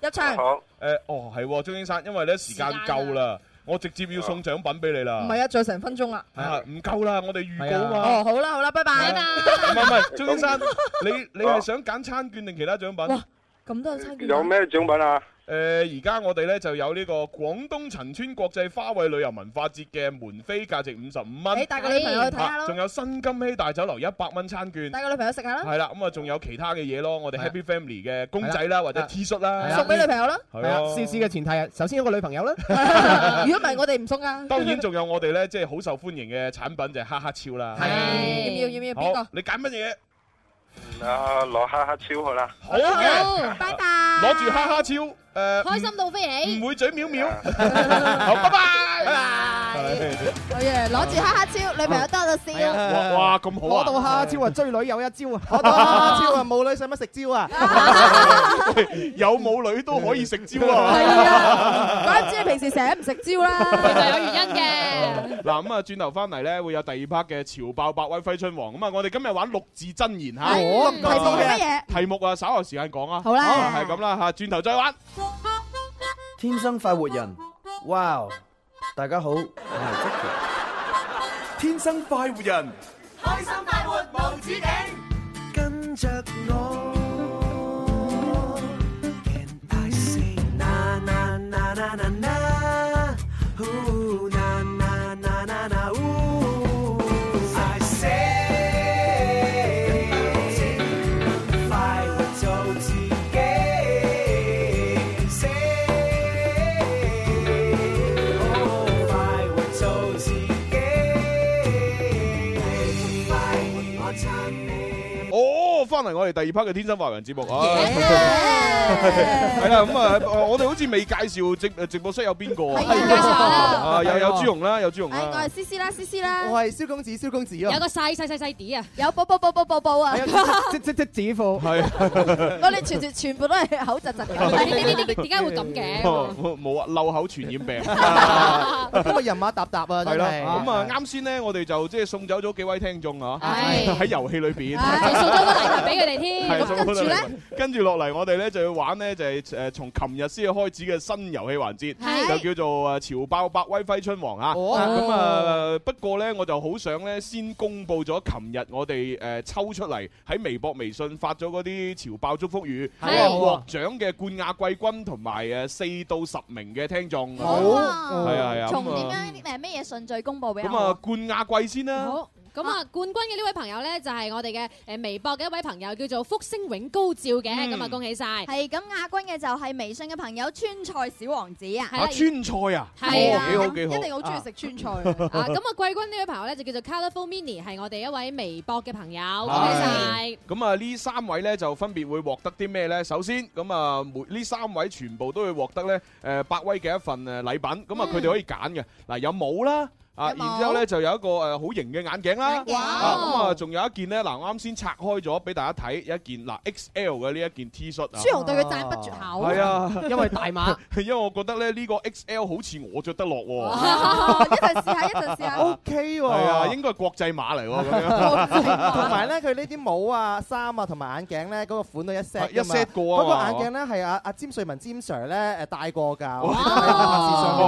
G: 入場
E: 好。誒，哦，係喎，中景山，因為咧時間夠啦，我直接要送獎品俾你啦。
G: 唔係啊，仲有成分鐘啦。
E: 啊，唔夠啦，我哋預告
G: 哦，
E: 嘛。
G: 好啦好啦，拜拜。
E: 唔係唔係，張先生，你你係想揀餐券定其他獎品？
G: 咁都有參與。
M: 有咩獎品啊？
E: 誒，而家我哋咧就有呢個廣東陳村國際花卉旅遊文化節嘅門飛，價值五十五蚊。
G: 你帶個女朋友去睇下
E: 啊仲
G: 咯，
E: 有新金禧大酒樓一百蚊餐券。
G: 帶個女朋友啊食下啦，
E: 係啦，咁啊仲有其他嘅嘢咯，我哋 Happy Family 嘅公仔啦，或者 T 恤啦，
G: 啊送俾女朋友啦。
E: 係
I: 係啊
E: 啊，
I: ，C C 嘅前提係首先有個女朋友啦。
G: 如果唔係，我哋唔送噶。
E: 當然仲有我哋咧，即係好受歡迎嘅產品就係哈哈超啦。
G: 要唔要要唔要邊個
E: 好，？你揀乜嘢？
M: 啊，攞哈哈超好啦。
E: 好嘅，
G: 拜拜。
E: 攞住哈哈超，誒，
H: 開心到飛起
E: 唔，會嘴秒秒。好，拜拜，拜拜。
G: 好嘢，哎攞住哈哈超，女朋友得啦
A: 係啊
G: 笑。
E: 哇哇，咁好啊！
I: 攞到蝦超啊，追女有一招啊！
A: 我當蝦 超啊，冇女使乜食蕉啊？
E: 喂有冇女都可以食蕉
G: 係啊，
E: 啊！
G: 怪唔知你平時成日唔食蕉啦。
H: 其實有原因嘅。
E: 嗱咁啊，轉頭翻嚟咧，會有第二 part 嘅潮爆百威揮春王咁啊！我哋今日玩六字真言嚇，
A: 哦
G: 題目係乜嘢？
E: 題目啊，稍後時間講啊。
G: 好啦
E: 係咁啦嚇，轉頭再玩。
N: 天生快活人，哇！大家好，我係
C: 天生快活人，
J: 开心快活无止境，
D: 跟着我。And I say na na na na na na, ooh na na na na na ooh. I say 快活做自己，say 快活做自己，快活我撐你。
E: 哦，翻嚟我哋第二 part 嘅天生快活人節目啊，係啦，咁啊，呃我哋好似未介紹直呃直播室有邊個啊？
G: 係啊介紹下啦
E: 啊，有有朱紅啦，有朱紅
G: 我
E: 啦
G: 哦係，思思啦，思思啦。
A: 我係蕭公子，蕭公子啊
H: 有個細細細細啲啊，
G: 有寶寶寶寶寶寶啊！
E: 哎
I: 即即即指褲
E: 係。
G: 我哋全全全部都係口窒 窒
E: 係
G: 嘅。
H: 呢啲點解會咁嘅？
E: 哦冇冇啊，漏口傳染病。
A: 今日人馬搭搭啊，
E: 係
A: 真
E: 啦，
A: 係。
E: 咁啊，啱先咧，我哋就即係送走咗幾位聽眾啊，
A: 係
E: 喺遊戲裏邊。
H: 仲送咗個禮物俾佢哋添。
E: 係送
H: 咁
E: 好
H: 跟
E: 多
H: 住咧，
E: 禮物， 跟住落嚟我哋咧就要玩呢，就係誒從琴日先開始嘅新遊戲環節，
H: 係
E: 就叫做誒呃潮爆百威揮春王啊。
A: 哦
E: 咁啊，不過咧我就好想咧先公佈咗琴日我哋誒抽出嚟喺微博、微信發咗嗰啲潮爆祝福語，
A: 係
E: 咁啊獲獎嘅冠亞季軍同埋誒四到十名嘅聽眾。
A: 好
E: 係啊係啊。
F: 從
E: 咁啊
F: 點樣誒咩嘢順序公佈俾
E: 咁
F: 我
E: 啊，？冠亞季先啦。
H: 好。咁啊，冠軍嘅呢位朋友咧，就係我哋嘅誒微博嘅一位朋友，叫做福星永高照嘅，
F: 嗯
H: 咁啊恭喜晒！
F: 係咁，亞軍嘅就係微信嘅朋友川菜小王子啊。
E: 啊，川菜啊，
H: 係啊
E: 哦幾好幾好，
G: 一定好中 意
E: 啊
G: 食川菜啊。
H: 啊，咁啊，季軍呢位朋友咧就叫做 Colorful Mini，係我哋一位微博嘅朋友，恭 喜晒！
E: 咁啊，呢三位咧就分別會獲得啲咩咧？首先，咁啊，每呢三位全部都會獲得咧，誒、百威嘅一份誒禮品。咁啊，佢哋可以揀嘅。嗱，有帽啦。啊，然之後咧就有一個誒好型嘅眼鏡啦，
C: 鏡
E: 啊咁啊仲有一件咧，嗱我啱先拆開咗俾大家睇，一件嗱 XL 嘅呢一件 T 恤啊，
G: 朱紅對佢讚不絕口。
E: 係啊，
I: 因為大碼，
E: 因為我覺得咧呢個 XL 好似我着得 落喎，
A: O K 喎。
E: 係啊，應該係國際碼嚟喎 咁樣。
A: 同埋咧，佢呢啲帽啊、衫啊同埋眼鏡咧，嗰個款都一 set
E: 一 set 過啊
A: 嗰個
E: 嘛
A: 眼鏡咧係阿阿詹瑞文詹 Sir 咧誒戴過㗎。
E: 哦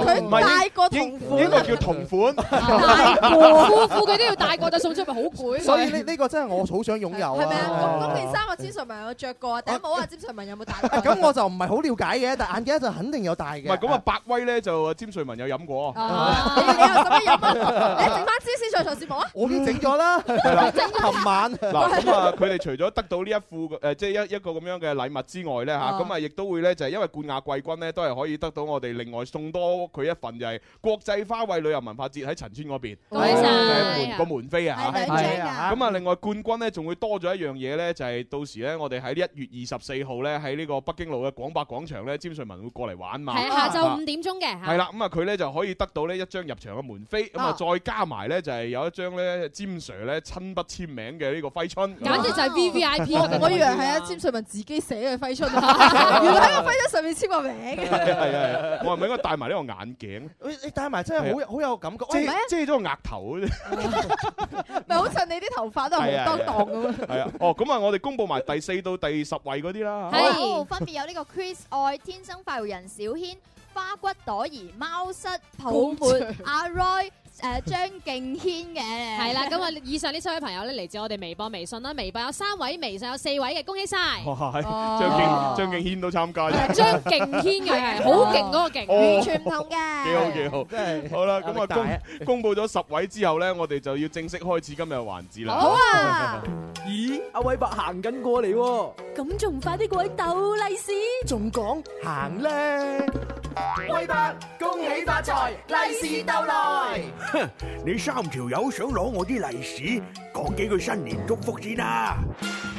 A: 佢
E: 唔係
A: 戴
G: 過
E: 應應該叫同款。
H: 富富佢都要大個就送出，咪好 攰。
A: 所以呢呢個真係我好想擁有啊。
G: 係咪啊？咁咁件衫啊，詹瑞文有着過啊，頂帽啊，詹瑞文有冇戴過？
A: 咁我就唔係好了解嘅，但眼鏡就肯定有戴嘅。
E: 唔係咁啊，百威咧就詹瑞文有飲過。
G: 你你又使乜飲啊？你整翻芝士在場節目啊？
A: 我已 經整咗啦，琴晚
E: 嗱咁啊，佢哋除咗得到呢一副誒，即係一一個咁樣嘅禮物之外咧嚇，
A: 啊
E: 咁啊亦都會咧就係因為冠亞季軍咧都係可以得到我哋另外送多佢一份就係國際花卉旅遊文化節喺陳村嗰邊，
A: 恭喜晒
E: 就係門個門飛啊
A: 係兩張㗎
E: 嚇咁啊另外冠軍咧仲會多咗一樣嘢咧，就係到時咧，我哋喺一月二十四號咧，喺呢個北京路嘅廣百廣場咧，詹瑞文會過嚟玩嘛。
H: 係啊，下晝五
E: 啊
H: 點鐘嘅嚇
E: 係啦，咁啊佢咧就可以得到呢一張入場嘅門飛，咁啊
H: 啊
E: 再加埋咧就係有一張咧詹 Sir 咧親筆簽名嘅呢個揮春，
H: 簡直就
E: 啊
H: 係 V V I P
G: 我以為係啊，詹瑞文自己寫嘅揮春啊，原來喺個揮春上面簽個名。
E: 係係係，我係咪應該戴埋呢個眼鏡？
A: 你你戴埋哎真係好有好有感覺。
E: 遮
A: 喂，
E: 遮咗個額頭嗰啲。
G: 咪好襯你啲頭髮都係好當當咁啊！
E: 係啊，哦，咁啊，我哋公佈埋第四到第十位嗰啲啦。
F: 好，分別有呢個 Chris 愛、天生快活人、小軒、花骨朵兒、貓室、泡沫
H: 公、
F: 阿 Roy、誒張敬軒嘅。
H: 係啦，咁啊，以上呢七位朋友咧嚟自我哋微博、微信啦，微博有三位，微信有四位嘅，恭喜晒！
E: 哇，係
H: 哦
E: 張敬張敬軒都參加咗。
H: 張敬軒嘅係好勁嗰個勁，
E: 哦
F: 嘅
E: 幾好幾好，哎 好啦，咁
A: 壓力大
E: 啊
A: 啊
E: 公公佈咗十位之後咧，我哋就要正式開始今日嘅環節啦。
J: 好 啊！
N: 咦，阿偉伯行緊過嚟喎，
J: 咁仲唔快啲過去斗利是？仲講
A: 行咧，
J: 威伯恭喜發財，利是到來。
O: 哼，你三條友想攞我啲利是，講幾句新年祝福先啊啦。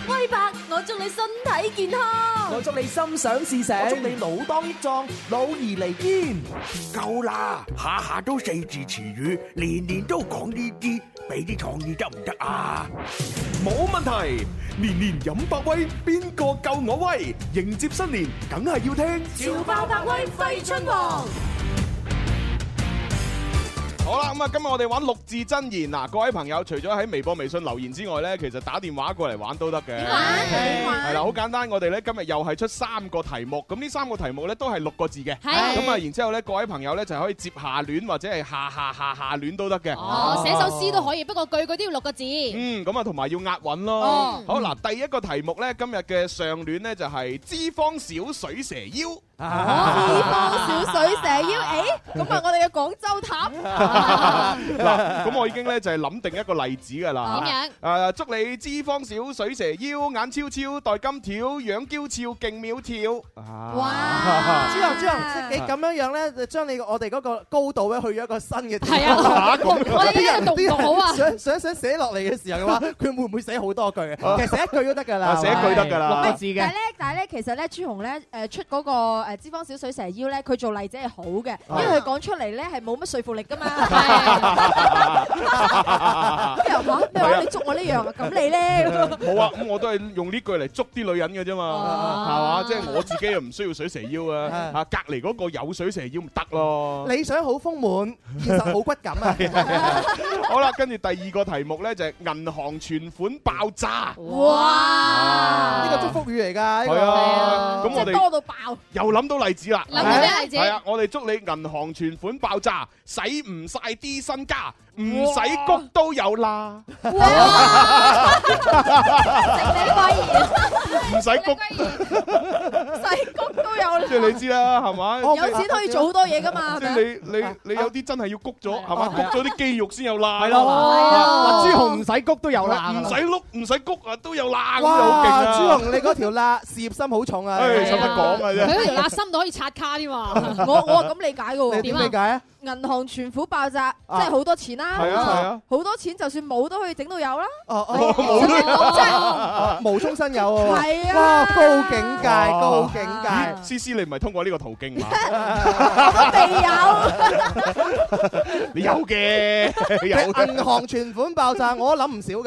J: 威伯，我祝你身體健康。
H: 哦
N: 我祝你心想事成，
J: 我祝你
N: 老當益壯，老而彌堅。
O: 夠啦，下下都四字詞語，年年都講呢啲，俾啲創意得唔得啊？
C: 冇問題，年年飲百威，邊個夠我威？迎接新年，梗係要聽
J: 潮爆百威揮春王。
E: 好啦，咁啊，今日我哋玩六字真言啊嗱，各位朋友除咗喺微博、微信留言之外咧，其實打電話過嚟玩都得嘅。係啦，好簡單，我哋咧今日又係出三個題目，咁呢三個題目咧都係六個字嘅。
H: 係
E: 咁啊，然之後咧，各位朋友咧就可以接下聯或者係下下下下聯都得嘅。
H: 哦，寫首詩都可以，不過句句都要六個字。
E: 嗯，咁啊，同埋要押韻咯
H: 哦。
E: 好嗱，第一個題目咧，今日嘅上聯咧就係脂肪小水蛇腰。
G: 哦，脂肪小水蛇腰，誒，咁啊，我哋嘅廣 州塔。
E: 嗱，咁我已經咧就係諗定一個例子㗎啦。
G: 點
E: 誒，
G: 樣
E: 祝你脂肪小水蛇腰，眼超超，袋金條，樣嬌俏，勁苗啊條。
A: 哇！朱紅朱紅，即係你咁樣樣咧，就將你我哋嗰個高度咧去咗一個新嘅地方。
E: 係啊嚇咁樣我哋
A: 啲人
E: 呢個讀唔讀好啊
A: 啲人想想想寫落嚟嘅時候嘅 話，佢會唔會寫好多句嘅？其實寫一句都得㗎啦
E: 啊，寫一句得㗎啦六個字
G: 但係咧，但係咧，其實咧，朱紅咧，誒出嗰個誒脂肪小水蛇腰咧，佢做例子係好
A: 啊
G: 嘅，因為佢講出嚟咧係冇乜說服力 㗎嘛。咁
E: 係
G: 又嚇咩話？
E: 啊
G: 你捉我呢樣啊？咁 你 咧？
E: 冇啊，咁我都係用呢句嚟捉啲女人嘅啫嘛，係嘛？即係我自己又唔需要水蛇腰啊，啊隔離嗰個有水蛇腰咪得咯。
A: 理想好豐滿，現實好骨感啊！
E: 好啦，跟住第二個題目呢，就係銀行存款爆炸。
A: 哇！呢個祝福語嚟㗎，呢個
E: 係啊 咁我哋
G: 多到爆。
E: 又諗到例子啦，
G: 諗到咩例子
E: 係啊，我哋祝你銀行存款爆炸，使唔晒啲身家，唔使谷都有啦， 唔使谷，
G: 細谷都有啦
E: 即。係你知啦，係嘛？
A: 哦
G: 有錢可以做好多嘢㗎嘛？
E: 即
G: 係咪
E: 係你
A: 啊
E: 你你有啲真係要谷
A: 哦
E: 咗，係嘛？
I: 係啊
E: 谷咗啲肌肉先有啦，
I: 係咯
G: 哦
I: 哇朱紅唔使谷都有啦
E: 唔使碌唔使谷啊都有啦，咁就好勁
A: 哇！
E: 啊！
A: 朱紅，你嗰條罅事業心好重啊！
E: 唉使乜講啊
H: 佢嗰條罅心都可以刷卡添嘛。
G: 我我係咁理解嘅喎，
A: 你點理解啊？
G: 銀行存款爆炸，即
A: 啊
G: 係好多錢啦，
A: 係啊係啊
G: 好多錢就算冇都可以整到有啦。啊
A: 哦哦，
G: 冇
A: 啦，
G: 真
A: 係無中生有喎！
G: 係啊
A: 哇！高境界，
E: 哇
A: 高境界。
E: 咦思思，你唔係通過呢個途徑嘛？ 你 有嘅，有嘅
A: 銀行存款爆炸，我諗唔少㗎，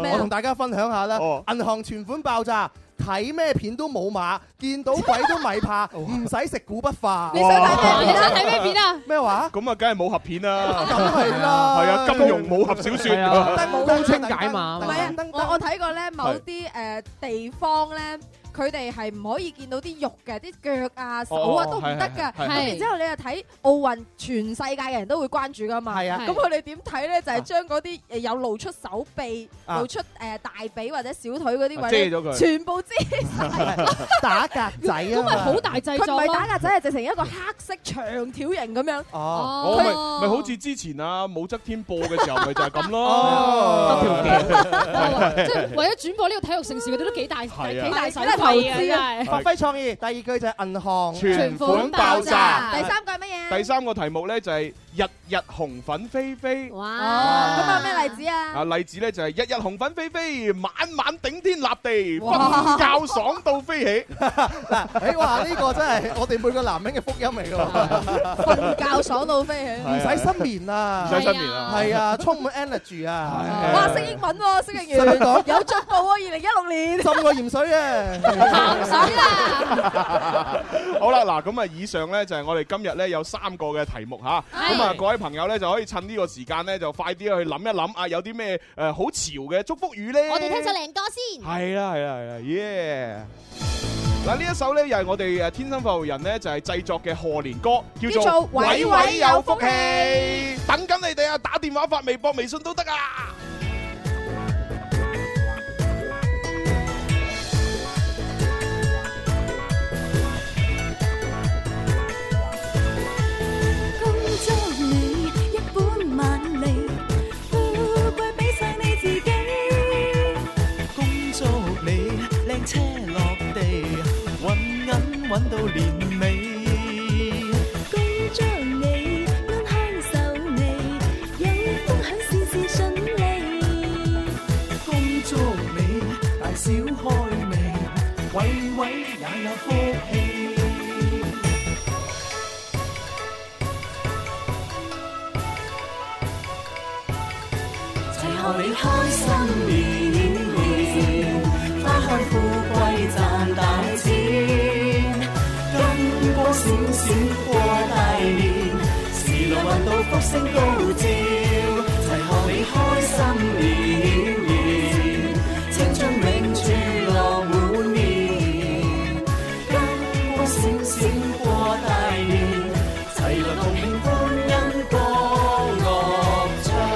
E: 咩啊
A: 我同大家分享下啦。銀行存款爆炸，睇咩片都冇碼，見到鬼都咪怕，唔使食古不化。
E: 你想睇咩片啊
A: 哇
E: 你想睇咩片啊？
A: 咩話？
E: 咁啊，梗係武俠片啦，
A: 梗係啦
E: 係啊，金融武俠小
I: 係啊
E: 說，
I: 高清解碼
G: 唔係啊，我我睇過咧，某啲誒地方咧，佢哋係唔可以見到啲肉嘅，啲腳啊、手啊
A: 哦
G: 都唔得㗎。
A: 係係係
G: 咁然之後你又睇奧運，全世界嘅人都會關注㗎嘛。
A: 係啊
G: 咁佢哋點睇咧？就係將嗰啲呃誒有露出手臂、
A: 啊
G: 露出誒大髀或者小腿嗰啲
A: 啊
G: 位呢，
A: 遮咗佢
G: 全部遮 晒。
A: 打格仔啊！
G: 咁咪好
H: 大製
G: 佢唔
H: 作
G: 係
H: 咯
G: 打格仔，係直成一個黑色長條形咁樣。
A: 哦
E: 我咪咪好似之前啊武則天播嘅時候，咪就係咁 咯，
A: 哦
H: 即係為咗轉播呢個體育盛事，佢哋都幾大幾
E: 係啊
H: 大手
G: 真係投
H: 費啊！
G: 資
H: 真
G: 啊
H: 係
A: 發揮創意。第二句就係銀行
E: 存款爆炸
G: 第三句係乜嘢啊？
E: 第三個題目呢，就係日日紅粉飛飛。
G: 哦，咁有咩例子啊？
E: 啊，例子呢，就係日日紅粉飛飛，晚晚頂天立地，
A: 哇
E: 瞓覺爽到飛起。
A: 誒哎哇！呢個真係我哋每個男人嘅福音嚟㗎喎，
G: 教爽到飛起，
A: 唔使失眠啊，
E: 唔使失眠啊
A: 係啊，充滿 energy 啊，
G: 哇，識英文喎，識英
A: 使唔使
G: 語
A: 講
G: 有進步喎，二零一六年。
A: 浸過鹽水啊，
E: 好啦，嗱咁啊，以上呢就係我哋今日呢有三個嘅題目吓，
A: 係
E: 咁啊各位朋友呢就可以趁呢個時間呢，就快啲去諗一諗啊，有啲咩誒好潮嘅祝福語呢？
P: 我哋聽首靚歌先。
E: 係啦係啦係啦耶！嗱呢一首呢又係我哋誒天生快活人呢就係製作嘅賀年歌，叫
G: 叫
E: 做
G: 做位位有福氣
E: 等緊你哋啊！打電話、發微博、微信都得啊！
J: 恭祝你一本萬利，富貴比上你自己。
D: 恭祝你靚車落地，揾銀揾到年尾。
J: 恭祝你安享受利，有福享事事順利。
D: 恭祝你大小開眉，位位也有福氣。
J: 齊賀你開心年年，花開富貴賺大錢，跟光閃閃過大年，時來運到福星高照，齊賀你開心年年，青春永駐樂滿面，跟光閃閃過大年，齊來共慶歡欣歌樂唱。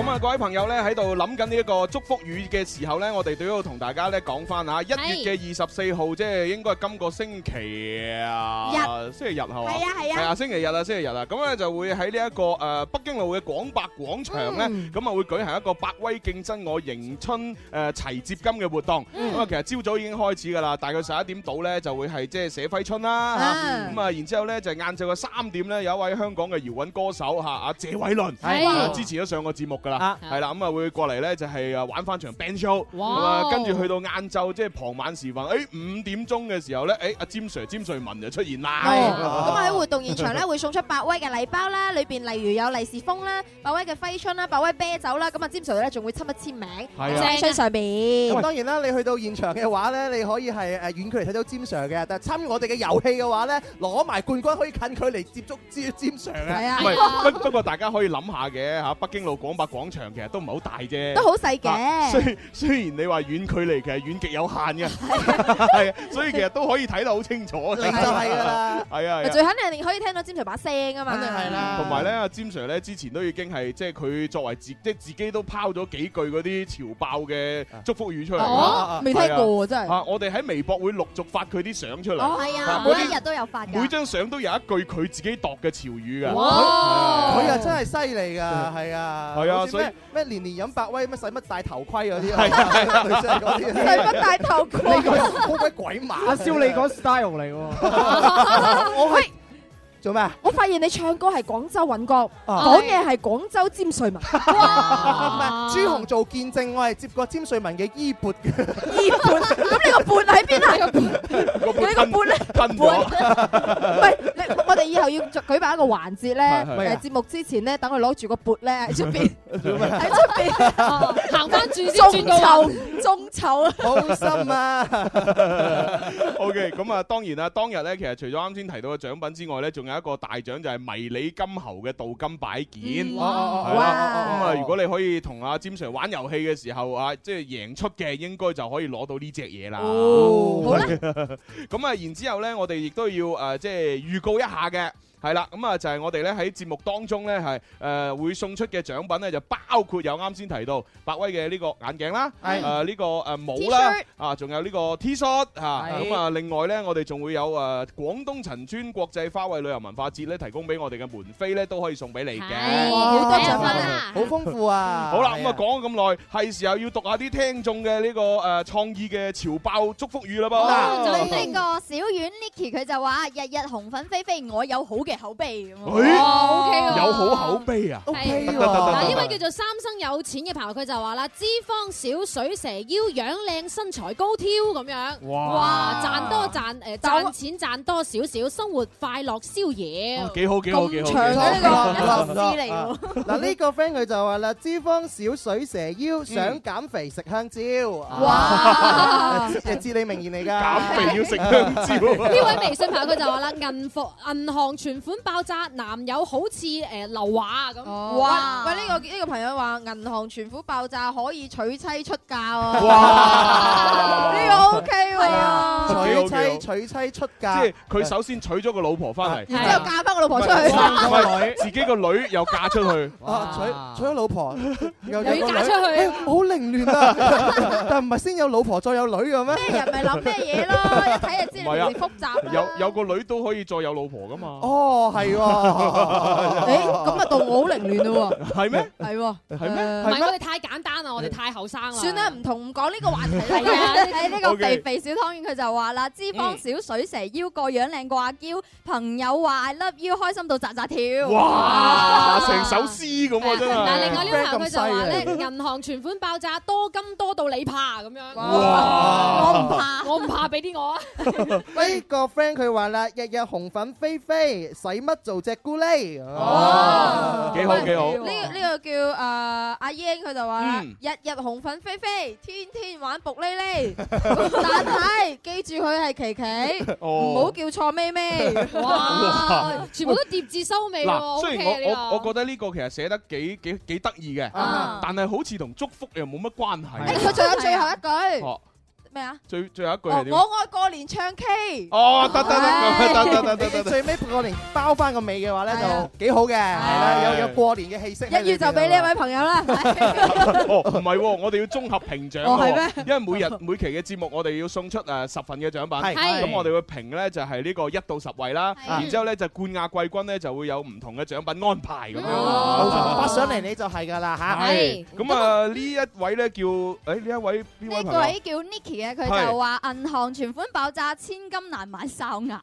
E: 咁啊，各位朋友咧喺度諗緊呢一個祝福語嘅時候咧，我哋都要同大家咧講翻嚇，一月嘅二十四號，即係應該係今個星期啊，星期日係嘛？
J: 係啊係啊
E: 係啊，星期日啊，星期日啊，咁咧就會喺呢一個誒北京路嘅廣百廣場咧，咁啊會舉行一個百威競爭我迎春誒齊接金嘅活動。咁啊，其實朝早已經開始㗎啦，大概十一點到咧就會係即係寫揮春啦嚇。咁啊，然之後咧就係晏晝嘅三點咧，有一位香港嘅搖滾歌手嚇阿謝偉倫，
A: 係
E: 啊之前都上過節目㗎啦
A: 啊，
E: 係啦，咁啊會過嚟咧就係誒玩翻場 band show，
A: 哇
E: 咁啊跟住去到晏晝即係傍晚時分，誒五點鐘嘅時候咧，誒阿詹 Sir 詹瑞文就出現啦。
G: 咁啊喺活動現 場咧會送出百威嘅禮包啦，裏邊例如有利是封啦、百威嘅揮春啦、百威啤酒啦，咁啊詹 Sir 咧仲會親筆簽名
A: 係
G: 喺
A: 啊
G: 揮春上邊。
A: 咁當然啦，你去到現場嘅話咧，你可以係誒遠距離睇到詹 Sir 嘅，但係參與我哋嘅遊戲嘅話咧，攞埋冠軍可以近距離接觸詹詹 Sir 嘅。
G: 係啊
E: 唔係不不過大家可以諗下嘅嚇，北京路廣百廣場其實都唔係好大啫，
G: 都好細嘅
E: 啊雖雖然你話遠距離，其實遠極有限 嘅，係啊，所以其實都可以睇得好清楚㗎。
G: 你就係㗎啦
E: 係啊，係啊
G: 最肯定可以聽到詹 Sir 把聲啊嘛，肯定係啦
E: 同埋咧，阿詹 Sir 咧之前都已經係即係佢作為自即係自己都拋咗幾句嗰啲潮爆嘅祝福語出嚟㗎。
G: 哦未聽過喎
E: 係啊
G: 真係
E: 啊！我哋喺微博會陸續發佢啲相出嚟。
G: 哦係啊
E: 每
G: 每一
E: 張
G: 日都有發㗎
E: 每張相都有一句佢自己度嘅潮語㗎。
A: 哇！佢
E: 係啊
A: 又真係犀 利㗎，係啊，
E: 係啊
A: 好似
E: 所以
A: 咩咩年年飲百威，咩使乜戴頭盔嗰啲
E: 係啊係 啊
A: 佢真 係嗰啲
E: 使乜戴
G: 頭
I: 盔
A: 你個好鬼鬼馬。
I: 阿蕭你嗰 style 嚟喎，
A: 我係做咩啊？啊
G: 我發現你唱歌係廣州韻歌，講嘢係廣州詹瑞 文。
A: 唔係朱紅做見證，我係接過詹瑞文嘅衣缽嘅。
G: 衣缽咁你個伴喺邊 啊？
E: 個
G: 你個伴咧？
E: 吞
G: 咗。唔係， 你我哋以後要舉辦一個環節
A: 係係
G: 咧，誒節目之前咧，等佢攞住個缽 咧喺出邊，
A: 喺
G: 出邊
H: 行翻轉先
G: 眾
H: 轉到
G: 籌，眾籌啊！
A: 好心啊！
E: OK，咁啊，當然啦，當日咧，其實除咗啱先提到嘅獎品之外咧，仲有一個大獎就係迷你金猴嘅鍍金擺件，係
A: 嗯
E: 啦。
A: 哇哇
E: 咁啊，如果你可以同阿詹 Sir 玩遊戲嘅時候啊，即係贏出嘅，應該就可以攞到呢只嘢啦。
A: 哦好 啦
E: 啊呃咁啊，然之後咧，我哋亦都要誒，即係預告一下嘅。係啦，咁啊就係我哋咧喺節目當中咧係誒會送出嘅獎品咧就包括有啱先提到百威嘅呢個眼鏡啦，
P: 係
E: 誒呢個誒帽啦
P: T-shirt，
E: 啊仲有呢個 T 恤啊，
P: 係
E: 咁啊另外咧我哋仲會有誒廣東陳村國際花卉旅遊文化節咧提供俾我哋嘅門飛咧都可以送俾你嘅。
A: 好
E: 多獎
A: 品啊，好豐富啊！
E: 好啦，咁啊講咗咁耐，係時候要讀下啲聽眾嘅呢個誒創意嘅潮爆祝福語啦噃。
F: 咁呢個小丸 Niki 佢就話：日日紅粉飛飛，我有好嘅口碑咁
E: 誒
F: 喎。
H: 哦，OK 喎
E: 有好口碑啊
H: 係
E: 得得得得
H: 嗱，呢
E: 得
H: 位叫做三生有錢嘅朋友，佢就話啦：脂肪少、水蛇腰、樣靚、身材高挑咁樣。
E: 哇
H: 哇！賺多賺誒賺錢賺多少少，生活快樂逍遙。
E: 幾好幾
G: 啊
E: 好幾好，
A: 嗱呢個 friend 佢就話啦，脂肪少水蛇
G: 嗯
A: 腰，想減肥食香蕉。啊
H: 哇！
A: 誒至理名言嚟㗎，
E: 減肥要食香蕉啊
H: 呢位微信朋友佢就話啦：銀服銀行存款爆炸，男友好似誒劉華咁。
G: 哇！喂，呢個呢個朋友話銀行存款爆炸可以娶妻出嫁喎。
E: 哇
G: 呢個 OK 喎，
A: 啊娶
E: 幾好幾
A: 妻
E: 好
A: 娶妻出
E: 即
A: 嫁，
E: 係佢首先娶咗個老婆翻嚟，
G: 然啊之
A: 啊
G: 後嫁翻我老婆出去。
E: 唔係自己個女又嫁出去，
A: 啊娶娶咗老婆，又
G: 又要嫁出去
A: 哎好凌亂 啊！但唔係先有老婆再有女嘅咩？咩
G: 人咪諗咩嘢咯？一睇就知你
E: 唔係啊
G: 哋複雜啦。
E: 有有個女都可以再有老婆噶嘛？
A: 哦， 係喎，
G: 咁啊，到我好凌亂咯喎。
E: 係咩？
G: 係喎，
E: 係咩
H: 唔係我哋太簡單啦，我哋太後生啦。
G: 算啦，唔同唔講呢個話題
H: 係啊
G: 啦。
F: 喺呢個
H: OK
F: 肥肥小湯圓佢就話啦：脂肪少水蛇腰，個樣靚過阿嬌，朋友話 I love you，開心到扎扎跳。
E: 哇！成首詩咁啊，真係。
H: 但另外呢位朋友佢就話咧，銀行存款爆炸，多金多到你怕咁樣。
A: 哇
H: 我唔怕，我唔怕，俾啲我啊。
A: 呢個 friend 佢話啦，日日紅粉飛飛，使乜做只咕喱？
D: Ờ.
G: 哦
E: 幾好幾好
G: 呢。個呢個叫誒阿英，佢就話啦：
E: 嗯
G: 日日紅粉飛飛，天天玩卜 哩哩。但係記住佢係琪琪，
E: 哦
G: 唔好叫錯 咩咩。
E: 哇
H: 全部都疊字收尾喎。
E: 嗱，雖
H: OK
E: 然我我我
H: 呢
E: 覺得呢個其實寫得幾幾幾得意嘅，
G: 啊
E: 但係好似同祝福又冇乜關
G: 誒，
E: 係。
G: 哎佢仲有最後一句
E: 哦，
G: 咩啊？
E: 最最後一句係點？
G: 我愛過年唱 K。
E: 哦，得得得得得得得得
A: 你
E: 得得。
A: 最尾過年包翻個尾嘅話咧，就幾好嘅，係啦，有有過年嘅氣息喺裏邊啊。
G: 一於就俾呢位朋友啦。
E: 哦，唔係喎，我哋要綜合評獎
G: 哦係
E: 喎，因為每日 每期嘅節目我哋要送出誒十份嘅獎
A: 係
E: 品，
A: 係
E: 咁我哋會評咧就係呢個一到十位啦，
A: 係
E: 然之後咧就冠亞季軍咧就會有唔同嘅獎品安排咁樣。
A: 冇錯發上嚟你就哦係㗎啦嚇。
E: 係咁啊！呢一位咧叫誒呢一位邊啊位
F: 呢
E: 朋友
F: 位？叫啊 Niki 嘅，佢就話銀行存款爆炸，千金難買哨牙。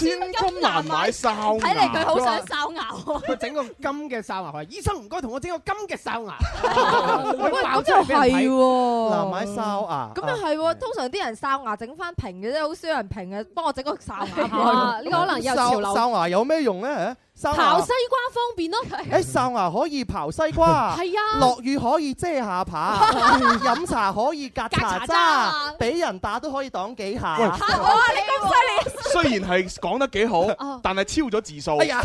E: 千金難買哨
F: 睇嚟佢好想哨牙喎。
I: 佢整個金嘅哨牙，佢話醫生唔該同我整個金嘅哨牙。
G: 喂，
I: 佢爆
G: 咁
I: 出嚟
G: 又
I: 俾人睇
G: 係喎。
A: 嗱，買哨牙。
G: 咁又係喎，通常啲人哨牙整翻平嘅啫，好少有人平嘅，幫我整個 哨牙。
H: 啊呢個可能有潮
A: 哨
H: 流
A: 哨牙有咩用咧？哨牙
H: 刨西瓜方便咯。
A: 誒哨牙可以刨西瓜，
H: 係啊
A: 落雨可以遮下巴，飲茶可以隔茶
H: 隔茶渣
A: 渣，俾人打都可以擋幾下。
E: 喂
G: 哇！你 咁犀
E: 雖
G: 利，
E: 然係講得幾好，但係超咗字數。
A: 哎呀，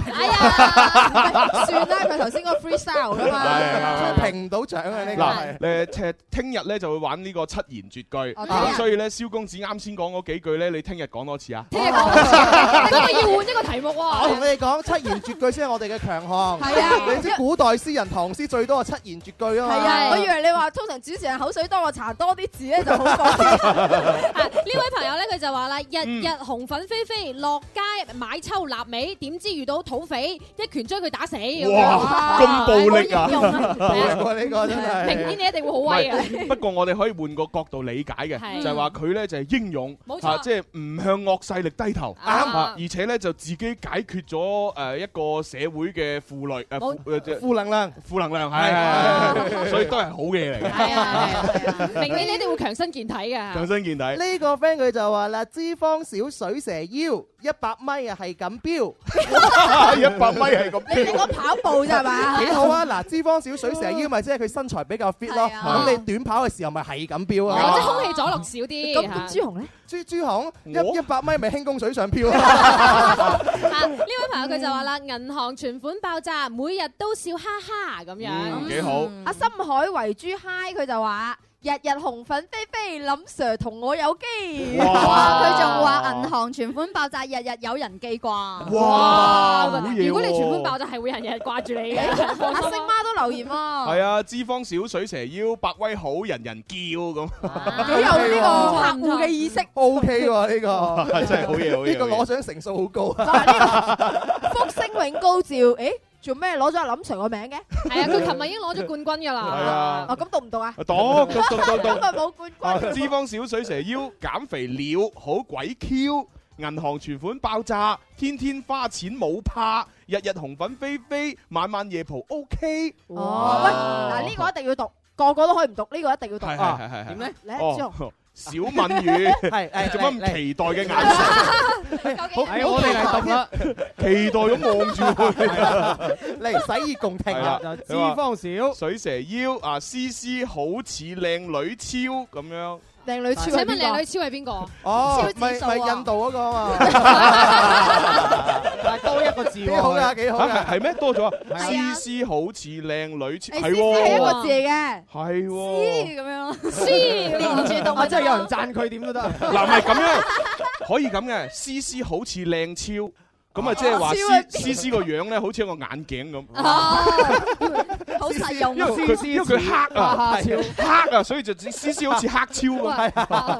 G: 算啦，佢頭先嗰個 freestyle 噶
E: 係係係
G: 嘛。
A: 評唔到獎啊呢
E: 嗱
A: 個。
E: 誒，聽聽日咧就會玩呢個七言絕句，
A: 哦聽日
E: 咁所以咧，蕭公子啱先講嗰幾句咧，你聽日講多次啊。
G: 哦
H: 聽 日講，你可唔可以換一個題目
A: 我同你
H: 喎？
A: 哋講，七言絕句先係我哋嘅強項。
G: 係啊
A: 你知古代詩人唐詩最多係七言絕句啊嘛。
G: 係啊，我以為你話通常主持人口水多，我搽多啲字咧就好放啲。
H: 啊呢位朋友咧，佢就話啦：日日紅粉飛飛，落街買抽臘味，點知遇到土匪，一拳將佢打死。咁樣
E: 哇咁暴力啊
H: 好英勇啊
A: 暴力喎呢個真
H: 明年
A: 係。
H: 你一定會好
E: 唔
H: 威啊！
E: 係不過我哋可以換個角度理解嘅，
H: 係
E: 就係話佢咧就係英勇
H: 冇，錯
E: 啊即係唔向惡勢力低頭，
H: 啱
E: 啊而且咧就自己解決咗誒一個社會嘅負累誒
H: 冇
E: 負誒即係
A: 負能量。
E: 負能量
A: 係
E: 係，所以都係好嘢嚟嘅，
H: 係啊，係啊明 年你一定會強身健體嘅
E: 強。身健體。
A: 呢個 friend 佢就話啦，脂肪少水蛇腰，一百米啊係咁飆，
E: 一百米係咁
G: 你你講跑步咋嘛？
A: 幾好啊！嗱，脂肪少水蛇腰咪即係佢身材比較 fit 咯，
G: 係啊
A: 咁你短跑嘅時候咪係咁飆
H: 係即係
A: 啊！
H: 空氣阻力少啲。啊
G: 咁咁朱紅咧？
A: 朱朱紅
E: 我
A: 一一百米咪輕功水上漂 啊！
H: 啊呢位朋友佢就話啦：銀行存款爆炸，每日都笑哈哈咁樣。
E: 嗯，幾好。
G: 阿深海圍珠 high 佢就話。日日日紅粉飛飛，林 Sir 同我有機。
F: 哇！佢仲話銀行存款爆炸，日日有人記掛。
E: 哇好嘢喎
H: 如果你存款爆炸，係會人日掛住你嘅。
G: 阿星媽都留言喎，
E: 係啊，脂肪小水蛇腰，百威好，人人叫咁。
G: 幾有呢個客户嘅意識。
A: O K 喎呢
E: 哇
A: 個，
E: 真係好嘢好嘢
A: 呢個攞獎成數好高 啊！
G: 福星永高照，誒做咩攞咗阿林 Sir 個名嘅？
H: 係啊，佢琴日已經攞咗冠軍㗎啦。
E: 係啊
G: 哦咁讀唔讀啊？
E: 讀讀讀讀讀
G: 今日冇冠
E: 啊
G: 軍。
E: 脂肪小水蛇腰，減肥了，好鬼 Q。銀行存款爆炸，天天花錢冇怕，日日紅粉飛飛，晚晚夜蒲 OK。
G: 哦，喂，嗱呢個一定要讀，個個都可以唔讀，呢個一定要讀。
E: 係係係係
G: 點咧？
E: 哦
G: 嚟，朱紅。
E: 小敏語
A: 啊 係係啊
E: 做乜咁期待嘅眼 神？
A: 好，我哋嚟讀啦，
E: 期待咁望住佢。
A: 嚟洗耳共聽啊！
E: 脂肪少，水蛇腰啊，思思好似靚女超咁樣。
G: 靚女超
H: 請問靚女超係邊個？
A: 哦
H: 超，指
A: 咪
H: 數
A: 咪
H: 啊
A: 印度嗰個啊嘛，
I: 多一個字喎
A: 幾好㗎，幾好
E: 啊
A: 㗎。
E: 係係咩？多咗
A: 係
E: 啊！
A: 啊
E: 思思好似靚女超，
G: 誒
E: 係
G: 思思係一個
E: 喎，
G: 字嚟嘅。
E: 係喎。
F: 咁樣咯，
H: 思連
G: 住讀
I: 啊！真係有人讚佢點都得。
E: 嗱，咪咁樣，可以咁嘅。思思好似靚超，咁啊，即係話
F: 超喺邊
E: 思思思個樣咧，好似一個眼鏡咁。
F: 好實用啊
E: 因為
F: 喎。
E: 佢因為佢黑
F: 哦
E: 啊，黑啊，所以就思思好似黑超啊咁。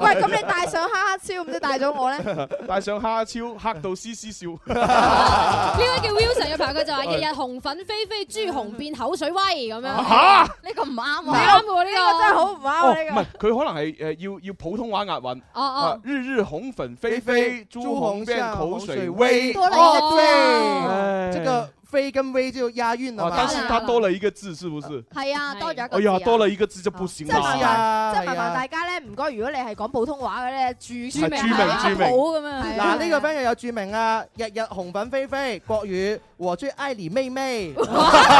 G: 喂，咁你戴上哈哈超，咁即戴咗我咧？
E: 戴上蝦超，黑到思思笑。 啊
H: 呢位叫 Wilson 嘅朋友就
E: 哎
H: 話：日日紅粉飛飛，朱紅變口水威咁樣。
E: 嚇
F: 呢個唔啱
H: 唔
F: 喎。
H: 啱喎呢
G: 呢
H: 個
G: 個真係好唔
E: 哦，
G: 啱啊！
E: 唔
G: 呢
E: 係，佢可能係誒要要普通話押韻。
H: 哦哦
E: 啊日日紅粉飛飛，朱紅變口水
A: 威
E: 味。
F: 多了一個字
A: 哦，
E: 哎
A: 對，這個飛跟威就押韻啊
E: 哦
A: 了，嘛。
E: 但
G: 啊
E: 是它多了一個字，是不是？
F: 係啊，多咗一個
E: 哎
F: 字啊。
E: 呀，多了一個字就不行
G: 即係麻
A: 係
E: 啦。
A: 啊
G: 煩，即係麻
A: 係啊
G: 煩大家咧，唔該，如果你係講普通話嘅咧，注明
E: 係注明注明
G: 好咁啊！
A: 嗱， 呢個 friend 又有注明啊，日日紅粉飛飛，國語我最愛你妹 妹，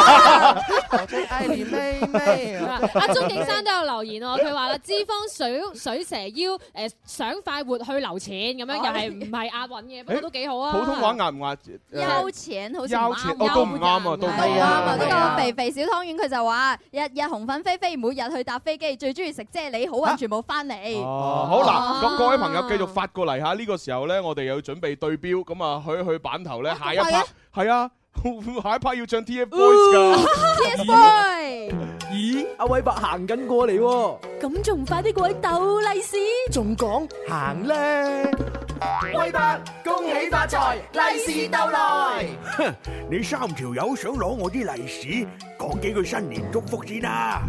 A: 我最愛你妹妹。
H: 阿鐘景山都有留言喎，佢話啦：脂肪水水蛇腰，誒想快活去留錢咁樣，又係唔係押韻嘅？不過都幾好啊。
E: 啊哎普通話押唔押？啊
F: 休錢好似唔
E: 腰
F: 啱
E: 錢
F: 喎。
E: 哦，都唔啱啊，都唔
F: 係
E: 啱
F: 啊，
E: 啊。
F: 呢個肥肥小湯圓佢就話：日日紅粉飛飛，每日去搭飛機，最中意食啫喱，好啊運全部翻嚟。
E: 啊哦，好嗱，咁各位朋友繼續發過嚟嚇，呢個時候咧，我哋又要準備對標，咁啊去一去版頭咧，下一 part 係啊， 下一 part 要唱 TFBOYS 㗎。
F: Boy，
N: 咦，阿偉伯行緊過嚟喎，
J: 咁仲快啲過去斗利是，
N: 仲講行咧。
C: 威伯，恭喜發財，利是到來。
O: 哼，你三條友想攞我啲利是，講幾句新年祝福先啦。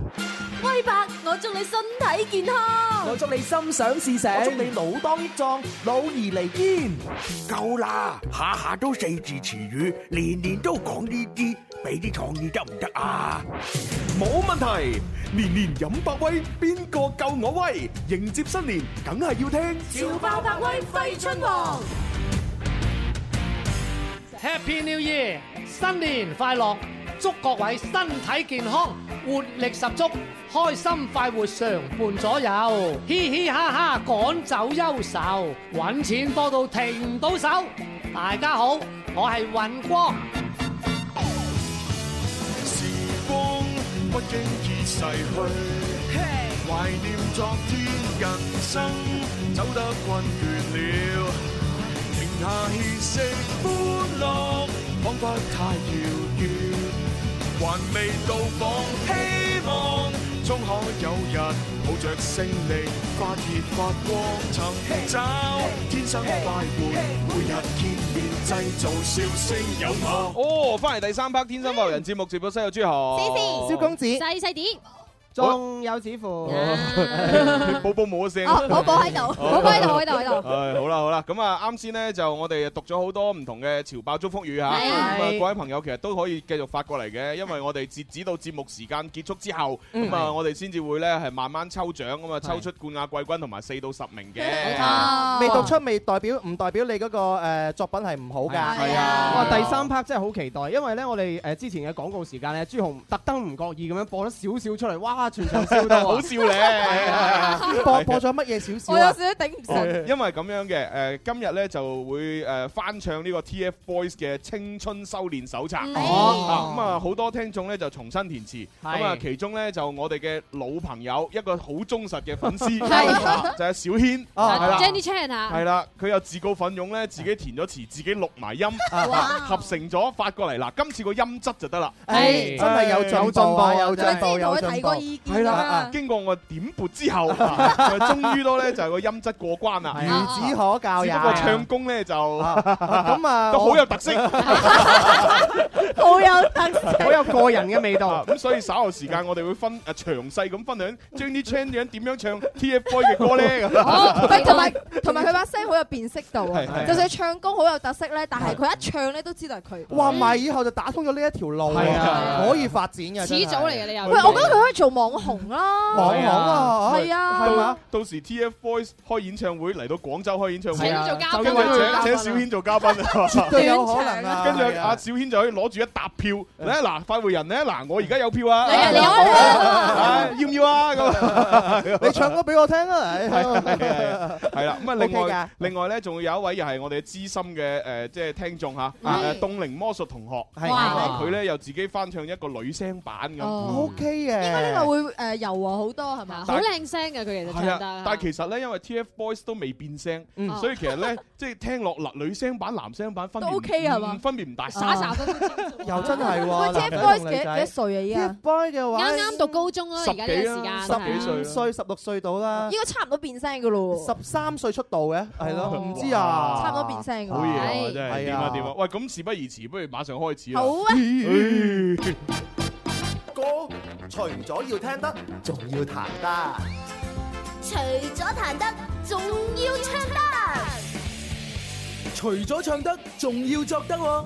J: 威伯，我祝你身體健康。
N: 我祝你心想事成，
A: 我祝你老當益壯，老而彌堅。
O: 夠啦，下下都四字詞語，年年都講呢啲，俾啲創意得唔得啊？
C: 冇問題，年年飲百威，邊個夠我威？迎接新年，梗係要聽。
J: 潮爆百威揮春王，
I: Happy New Year，新年快樂！祝各位身體健康，活力十足，開心快活常伴左右，嘻嘻哈哈趕走憂愁，揾錢多到停唔到手。大家好，我係尹光。
C: 時光不經意逝去，懷念昨天，人生走得困倦了，停下歇息，歡樂彷彿太遙遠，還未到訪，希望終可有日抱着勝利發熱發光，尋找天生快活，每日見面製造笑聲有我。
E: 哦，翻嚟第三 part《天生快活人》節目直播室有朱豪，
A: 蕭公子，
H: 細細啲，
I: 仲有指符，
E: 寶寶冇聲。
F: 哦，寶寶喺度，
E: Ờ.
F: 寶寶喺度，喺度，喺度。
E: 唉，好啦好啦，咁啊啱先呢，就我哋讀咗好多唔同嘅潮爆祝福語嚇，
F: 係
E: 咁
F: 啊
E: 啊各位朋友其實都可以繼續發過嚟嘅，因為我哋截止到節目時間結束之後，咁啊我哋先至會呢係慢慢抽獎咁啊抽出冠亞季軍同埋四到十名嘅，Ờ.
F: 啊
A: 未讀出未代表唔代表你嗰個誒作品係唔好㗎。
F: 係
I: 哇！
F: 啊，
I: 第三 part 真係好期待，因為咧我哋誒之前嘅廣告時間咧，朱紅特登唔覺意咁樣播咗少少出嚟，哇！
A: 哇！全場笑到啊
E: 好笑咧係
A: 係啊
E: 啊
A: 播播咗乜嘢小笑啊？
E: 哦因為咁樣嘅，誒今日咧就會誒翻唱呢個 TFBOYS 嘅《青春修煉手冊》。
A: 哦
E: 啊咁啊好多聽眾咧就重新填詞，
A: 係
E: 咁啊其中咧就我哋嘅老朋友一個好忠實嘅粉絲，
Q: 係
E: 啊就係小軒，
A: 哦
E: 係啦
Q: Jenny Chan 啊，
E: 係啦，佢又自告奮勇咧，自己填咗詞，自己錄埋音，啊合成咗發過嚟。嗱，今次個音質就得 啦，
A: 係哎真係有進步啊
E: 唉
A: 有進步
E: 真係
A: 有進步我之前同佢提過意見
E: 係
A: 㗎
E: 啦，啊經過我點撥之 後，啊終於都咧就係個音質過關啦。啊
A: 孺子可教也
E: 只不過唱功咧就 咁
A: 咁啊
E: 都好
A: 我
E: 有特色，
A: 好有特 色好有個人嘅味道
E: 啊咁所以稍後時間我哋會分誒詳細咁分享 Jenny Chan 點樣點樣唱 TFBOY 嘅歌咧。咁啊
G: 唔係同埋同埋佢把聲好有辨識度啊
E: 係係！
G: 就算佢唱功好有特色咧，但係佢一唱咧都知道係佢。
A: 哇！咪以後就打通咗呢一條路
E: 係
A: 啊
E: 啊，
A: 可以發展嘅。
G: 始祖嚟嘅
A: 你
G: 喂，我覺得佢可以做網紅啦，
A: 網紅啊
G: 係啊，
E: 到？到時 TFBOYS 開演唱會嚟到廣州開演唱會，
A: 係啊
E: 跟
A: 就
E: 住
A: 要揾佢做嘉賓啊
E: 請請小軒做嘉賓啊，
A: 絕對有可能啊
E: 跟
A: 係
E: 住
A: 啊
E: 阿小軒就可以攞住一沓票，咧嗱，快活人咧嗱，我而家有票啊，
A: 你啊你有
E: 啊
A: 啊
E: 啊要唔要啊咁？
A: 你唱歌俾我聽啊！唉
E: 係係係係係啦，咁啊另
A: OK 㗎
E: 外另外咧，仲有一位又係我哋資深嘅誒，即係聽眾嚇，誒凍齡魔術同學，
A: 係
E: 啊佢咧又自己翻唱一個女聲版咁。
G: 哦
A: K 嘅，應
G: 該呢個會誒柔和好多係嘛？
E: 好
G: 靚聲嘅佢其
E: 係啊，但係其實咧，因為 TFBOYS 都未變聲，所以其實咧， 即係聽落嗱，女聲版、男聲版分別
G: 都 OK
E: 唔
G: 係嘛
E: 分別唔大，
G: 耍 耍都
A: 又真係喎。
G: 喂，TFBOYS 幾幾多歲啊？
A: 而家 TFBOYS 嘅話，
G: 啱啱讀高中咯
Q: 而家呢個時間
A: 十幾歲、歲十六歲到啦
G: 應，該差唔多變聲噶咯喎。
A: 十三歲出道嘅，係咯，唔知
E: 哇
A: 啊，
G: 差唔多變聲㗎
E: 好嘢
G: 係
E: 啊！真係
A: 係
E: 點啊
A: 啊
E: 點啊！喂，咁事不宜遲，不如馬上開始啦。
G: 好啊
E: 啊！
A: 歌除咗要聽得，仲要彈得。
R: 除咗彈得，仲要唱得。
S: 除咗唱得，仲要作得喎。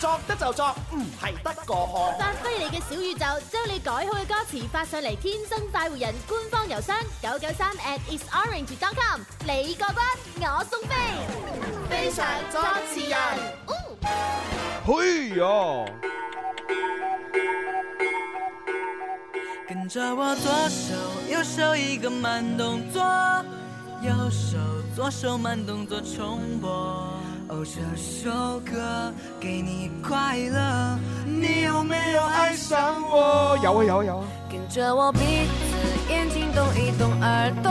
A: 作得就作，唔係得個看。
H: 發揮你嘅小宇宙，將你改好嘅歌詞發上嚟，天生快活人官方郵箱九九三 at isorange.com，你過關，我送飛，非常作詞人。
E: 嘿呀！
D: 跟着我左手右手一个慢动作，右手左手慢动作重播。哦，这首歌给你快乐，你有没有爱上我？
E: 有啊有啊有啊！
D: 跟着我鼻子眼睛动一动耳朵，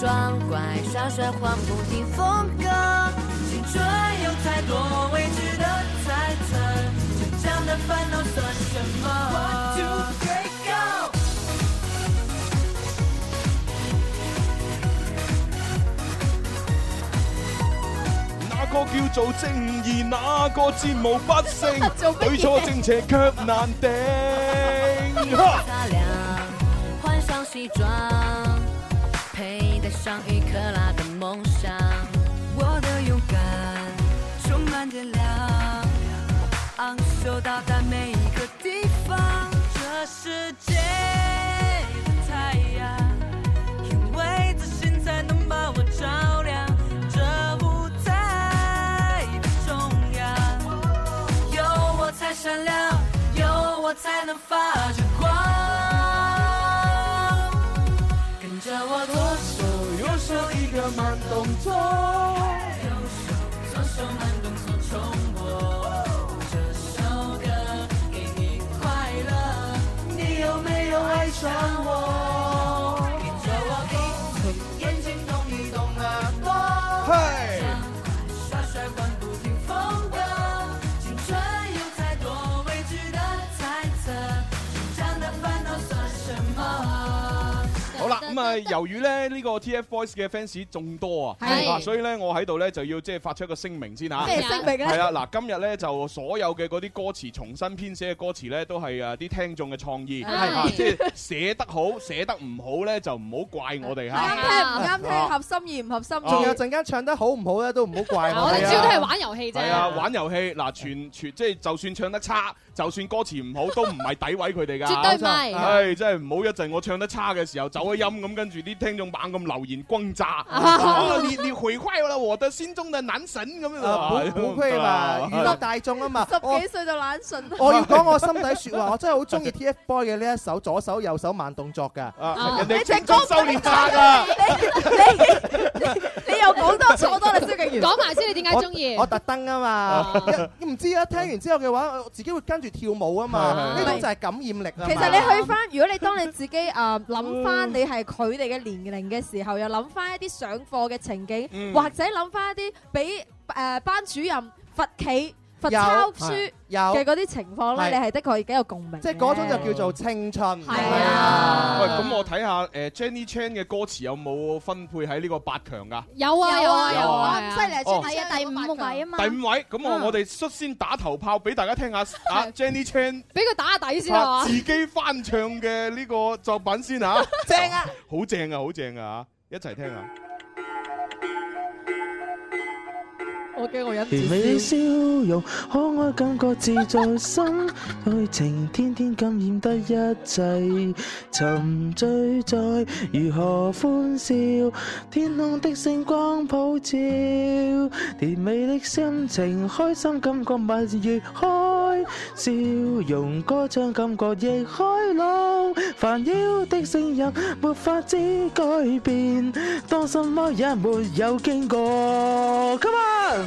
D: 装乖耍帅换不停风格。青春有太多未知的猜测，成长的烦恼算什么？One two three go。
E: 那個叫做正義，那個戰無不勝
D: 做乜嘢
E: 對錯正邪卻難定。哈
A: 哦
D: 擦亮，换上西装，佩戴上一克拉的梦想。我的勇敢充满着量，昂首到达每一个地方。这世界的太阳，因为自信才能把我照亮。这舞台的中央。有我才闪亮，有我才能发着光。跟着我左手右手一个慢动作，右手左手慢动作重播。这首歌给你快乐，你有没有爱上我？跟着我鼻子眼睛动一动耳朵，
E: 嘿
D: 耍帅换不停风格，青春有太多未知的猜测，成长的烦恼算什么？
E: 好啦，咁啊，由於咧呢個 TFBOYS 嘅 fans 眾多啊，
D: 係
E: 啊，所以咧我喺度咧就要即係發出一個聲明先嚇。
D: 咩聲
G: 啊
D: 明呢
E: 係啦，嗱，今日咧就所有嘅嗰啲歌詞重新編寫嘅歌詞咧，都係誒啲聽眾嘅創意，
G: 係
E: 啊即係寫得好，寫得唔好咧就唔好怪我哋嚇。
G: 啱聽唔啱聽，
E: 啊
G: 合心意唔合心意。
E: 仲有
A: 陣間唱得好唔 好咧，都唔好怪
E: 我哋主要都係
G: 玩遊戲
E: 係啊，玩遊戲嗱，全全即係就算唱得差，就算歌詞唔好，都唔係詆毀佢哋㗎。
H: 絕對唔係
E: 唉，真係唔好一陣我唱得差嘅時候走咗音，咁跟住啲聽眾猛咁留言轟 炸。
A: 啊
E: 你你回饋啦，我的心中的男神咁樣
A: 啊
E: 啊。
A: 好好虧嘛，娛樂大眾啊嘛。我
F: 幾歲就 懶順。
A: 我要講我心底説話，我真係好中意 TFBOY 嘅呢一首左手右手慢動作㗎。
E: 人哋青春修煉差㗎。
F: 你又講多錯多啦，蕭敬
A: 元。
H: 講埋先你點解中意
A: 我我特登啊嘛，一 唔知啊，聽完之後嘅話，我自己會跟住跳舞啊嘛，
F: 係係
A: 呢種就係感染力啊嘛。嗯
F: 其實你去翻，如果你當你 自己誒啊諗翻你係佢哋嘅年齡嘅時候，又諗翻一啲上課嘅情景，
A: 嗯
F: 或者諗翻一啲俾誒班主任罰企、罰抄書
A: 有
F: 嘅嗰啲情況咧，
A: 係
F: 你係的確而家有共鳴。
A: 即係嗰種就叫做青春。
F: 係
E: 啊
A: 啊
E: 喂，咁我睇下誒 Jenny Chan 嘅歌詞有冇分配喺呢個八強㗎？
H: 有啊有啊
E: 有啊
H: 有啊，
E: 咁
H: 犀利
E: 哦
H: 係啊，第五位啊嘛
E: 第五位，咁我我哋率先打頭炮俾大家聽下啊 Jenny Chan
H: 俾佢打下底先
E: 啊
H: 啊嘛
E: 自。己翻唱嘅呢個作品先嚇，
A: 正啊，
E: 好正啊，好正啊嚇，一齊聽下。
F: 我驚我忍
T: 甜美的笑容，可愛感覺自在生，愛情天天感染得一切，沉醉在如何歡笑，天空的星光普照，甜美的心情，開心感覺蜜越開，笑容歌唱感覺亦開朗，煩擾的聲音沒法子改變，當什麼也沒有經過，Come
J: Come
T: on！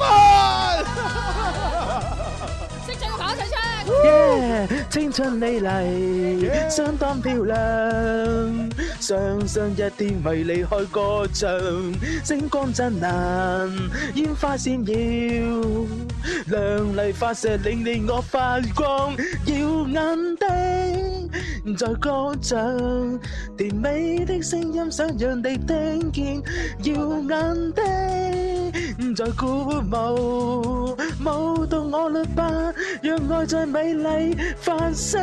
E: on！
J: 識唱跑一齊唱。
T: 耶！青春美麗，相當漂亮。相信一天為你開歌唱，星光燦爛，煙花閃耀，亮麗發射令你我發光，耀眼的在歌唱，甜美的聲音想讓你聽見，耀眼的。在鼓舞，舞到我律吧，讓愛在美麗繁星。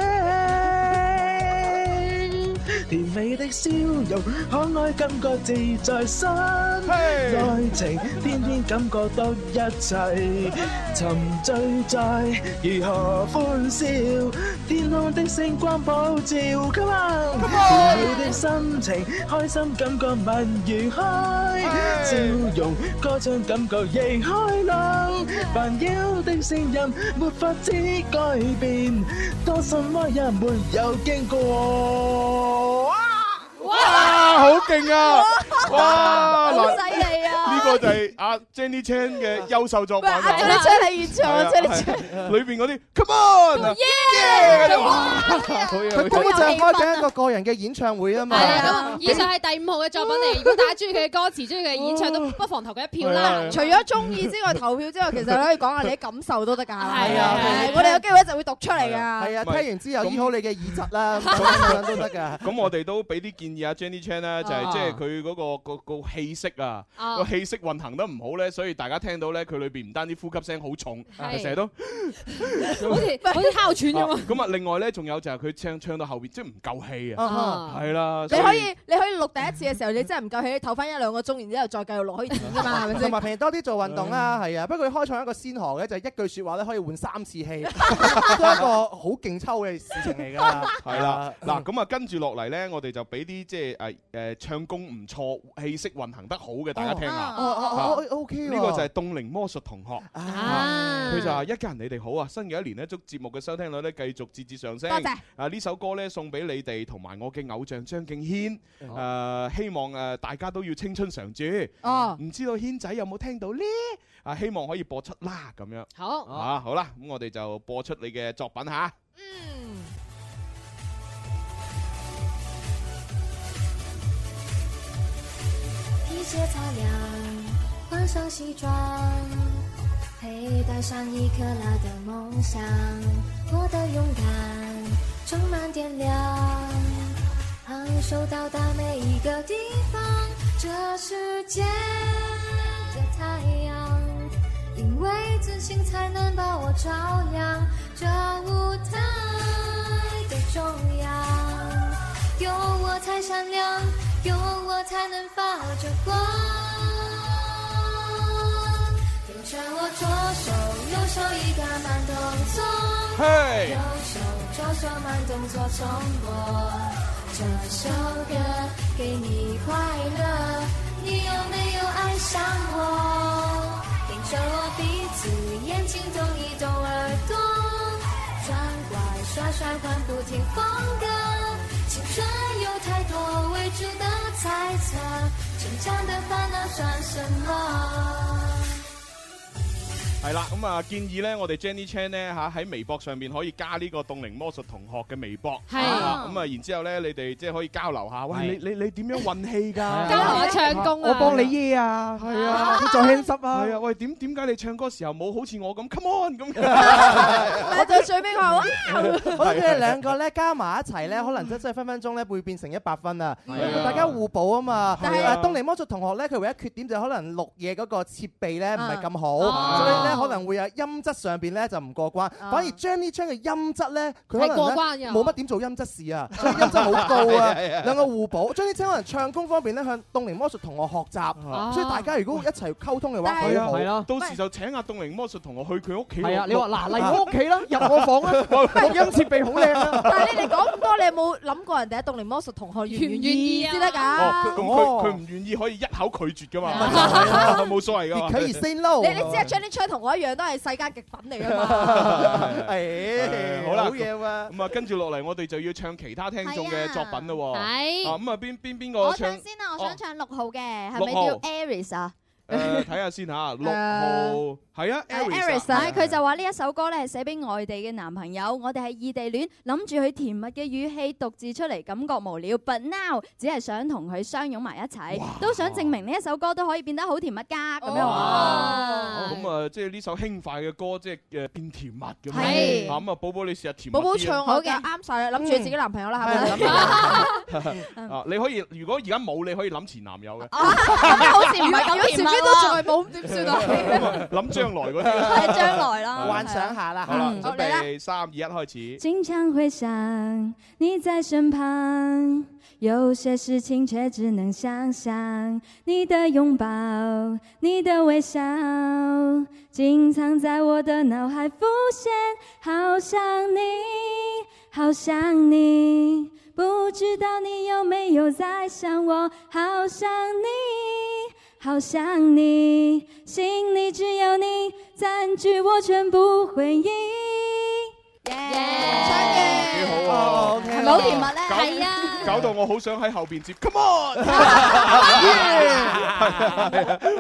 T: 甜美的笑容，可愛感覺自在身。愛情天天感覺到一切，沉醉在如何歡笑，天空的星光普照。Come on，甜美的心情，開心感覺蜜如開，笑容歌唱感覺亦開朗，煩擾的聲音沒法子改變，多什麼也沒有經過。
E: 哇，好勁啊！哇，
J: 好
E: 嗱
J: 犀利啊
E: 呢個就 係阿 Jenny Chan 嘅優秀作品啊。
J: 喂阿 Jenny Chan 係現場啊
E: 係
J: Jenny
E: 係裏邊嗰啲 Come on 啊 Yeah！嗰啲哇 好嘢好
A: 佢
E: 嘢
A: 根本就係開緊一個個人嘅演唱會啊嘛。
H: 係啊，咁以上係第五號嘅作品嚟。如果大家中意佢嘅歌詞，中意佢嘅演唱，都不妨投佢一票哦啦。
F: 除咗中意之外，投票之外，其實你可以講下你 啲感受都得㗎。係
A: 啊
F: 係我哋有機會就會讀出嚟㗎。
A: 係啊，
E: 唔
A: 聽
E: 係
A: 完之後醫好你嘅耳疾啦，嗯咁樣都得㗎。
E: 咁我哋都俾啲建議啊，Jenny Chan 啦，就係
A: 啊
E: 即係佢嗰個個個氣息啊，
A: 啊
E: 個氣息運行得唔好咧，所以大家聽到咧，佢裏邊唔單止呼吸聲好重，
H: 係
E: 成日都
H: 好似好似哮喘咁
E: 啊
H: 啊！
E: 咁啊，另外咧，仲有就係佢唱唱到後邊即係唔夠氣啊
F: 啊，
E: 係啦，
F: 你
E: 所
F: 可以你可以錄第一次嘅時候，你真係唔夠氣，你唞翻一兩個鐘，然之後再繼續錄可以 點㗎嘛？啊係咪
A: 同
F: 先嗯
A: 埋？平時多啲做運動啦，係啊。不過佢開創一個先河嘅，就係一句説話咧可以換三次氣， 都係一個好勁抽嘅事情嚟㗎。
E: 係啦，嗱咁啊，跟住落嚟咧，我哋就俾啲即係誒誒唱功唔錯、氣息運行得好嘅大家聽下。
A: 哦哦哦哦哦，OK 喎
E: 呢個就係凍齡魔術同學。佢就話：一家人你哋好啊！新嘅一年呢，祝節目嘅收聽率咧繼續節節上升。
A: 多謝
E: 啊！呢首歌咧送俾你哋同埋我嘅偶像張敬軒。誒，希望誒大家都要青春常駐。
F: 哦，
E: 唔知道軒仔有冇聽到呢？啊，希望可以播出啦咁樣。
H: 好
E: 啊，好啦，咁我哋就播出你嘅作品吓。
U: 披些苍凉，换上西装，佩戴上一克拉的梦想。我的勇敢充满电量，昂首到达每一个地方。这世界的太阳，因为自信才能把我照亮。这舞台的中央。有我才闪亮，有我才能发着光。有掌握左手右手一个慢动作，
J: 嘿
U: 右手左手慢动作重播。这首歌给你快乐，你有没有爱上我？盯着我鼻子，眼睛动一动耳朵，转拐耍甩换不停风格。青春有太多未知的猜测，成长的烦恼算什么？
E: 系啦，咁啊建議咧，我哋 Jenny Chan 咧嚇喺微博上面可以加呢個凍齡魔術同學嘅微博，
H: 係
E: 啊咁啊，然之後咧，你哋即係可以交流下，喂，你你你點樣運氣㗎？
H: 交流下唱功
E: à.
H: 啊我幫你
A: 耶啊，
E: 係啊，
A: 佢做 hands 啊
E: 係
D: à,
E: 啊，喂，點點解你唱歌時候冇好似我咁 come on
G: 我
E: 咁？
G: 到最尾 我話哇，
A: 我
E: 啊
A: 覺得佢哋兩個咧加埋一齊咧，可能真真係分分鐘咧會變成一百分啊！
E: 係啊
A: 大家互補啊嘛。
E: 但係
A: 誒東尼魔術同學咧，佢唯一缺點就可能錄嘢嗰個設備咧唔係咁
E: 啊
A: 好，所以咧可能會有音質上邊咧就唔過關。反而 Jenny Chan 嘅音質咧，佢可能
H: 係過關
A: 咧
H: 㗎
A: 冇乜點做音質事啊，所以音質好高啊
E: 係啊係啊。
A: 兩個互補，Jenny Chan 可能唱功方面咧向東尼魔術同學學
E: 啊
A: 習，所以大家如果一齊溝通嘅話，
E: 係
A: 好好
E: 啊，到時就請阿凍齡魔術同學去佢屋企。
A: 係啊你話嗱嚟
G: 我
A: 屋企啦入我房 啦錄音設備好靚啊
G: 但係你哋講咁多，你有冇諗過人哋喺凍齡魔術同學願唔願意先得
E: 哦，咁
G: 㗎？
E: 佢佢唔願意可以一口拒絕噶嘛， 冇所謂噶嘛。
G: 你你知啊，Jenny Chan 同我一樣都係世界極品嚟㗎嘛。
E: 係 好啦，
A: 好嘢
E: 咁咁啊，跟住落嚟我哋就要唱其他聽眾嘅作品咯喎。
F: 係
E: 啊咁啊，邊邊邊
F: 我
E: 個
F: 唱
E: 唱？哦
F: 先啊，我想唱六號嘅，係咪
E: 六號
F: 叫 Aries 啊？
E: 誒睇下先嚇，六號係啊
F: e
E: ，Aris
F: r i
E: 啊。
F: s 佢就話呢一首歌咧係寫俾外地嘅男朋友，我哋係異地戀，諗住佢甜蜜嘅語氣獨自出嚟，感覺無聊。But now 只係想同佢相擁埋一齊，都想證明呢一首歌都可以變得好甜蜜㗎咁樣
E: 哇！
F: 話。
E: 哦咁啊，即係呢首輕快嘅歌，即係誒變甜蜜咁樣。
G: 係
E: 啊咁啊，寶寶你試下甜蜜啲
G: 寶
E: 啊。
G: 寶唱我嘅啱晒啦，諗住
F: 嗯
G: 自己男朋友啦，係咪？諗 住
E: 啊！你可以，如果而家冇，你可以諗前男友嘅。
G: 好似唔係咁甜蜜喎
F: 如果前邊都仲係冇點算啊？
E: 諗將來嗰啲啦。
F: 係將來啦
A: 幻想下啦。
E: 好啦，
F: 嗯
E: 準備三二一開始。
J: 经常会想你在身旁，有些事情却只能想象。你的拥抱，你的微笑，经常在我的脑海浮现。好想你，好想你，不知道你有没有在想我？好想你，好想你，心里只有你，占据我全部回忆。
E: 幾好
A: 啊
E: 啊！
A: 係咪好甜蜜
J: 咧
E: 搞
J: 係啊
E: 搞到我好想喺後邊接 come on，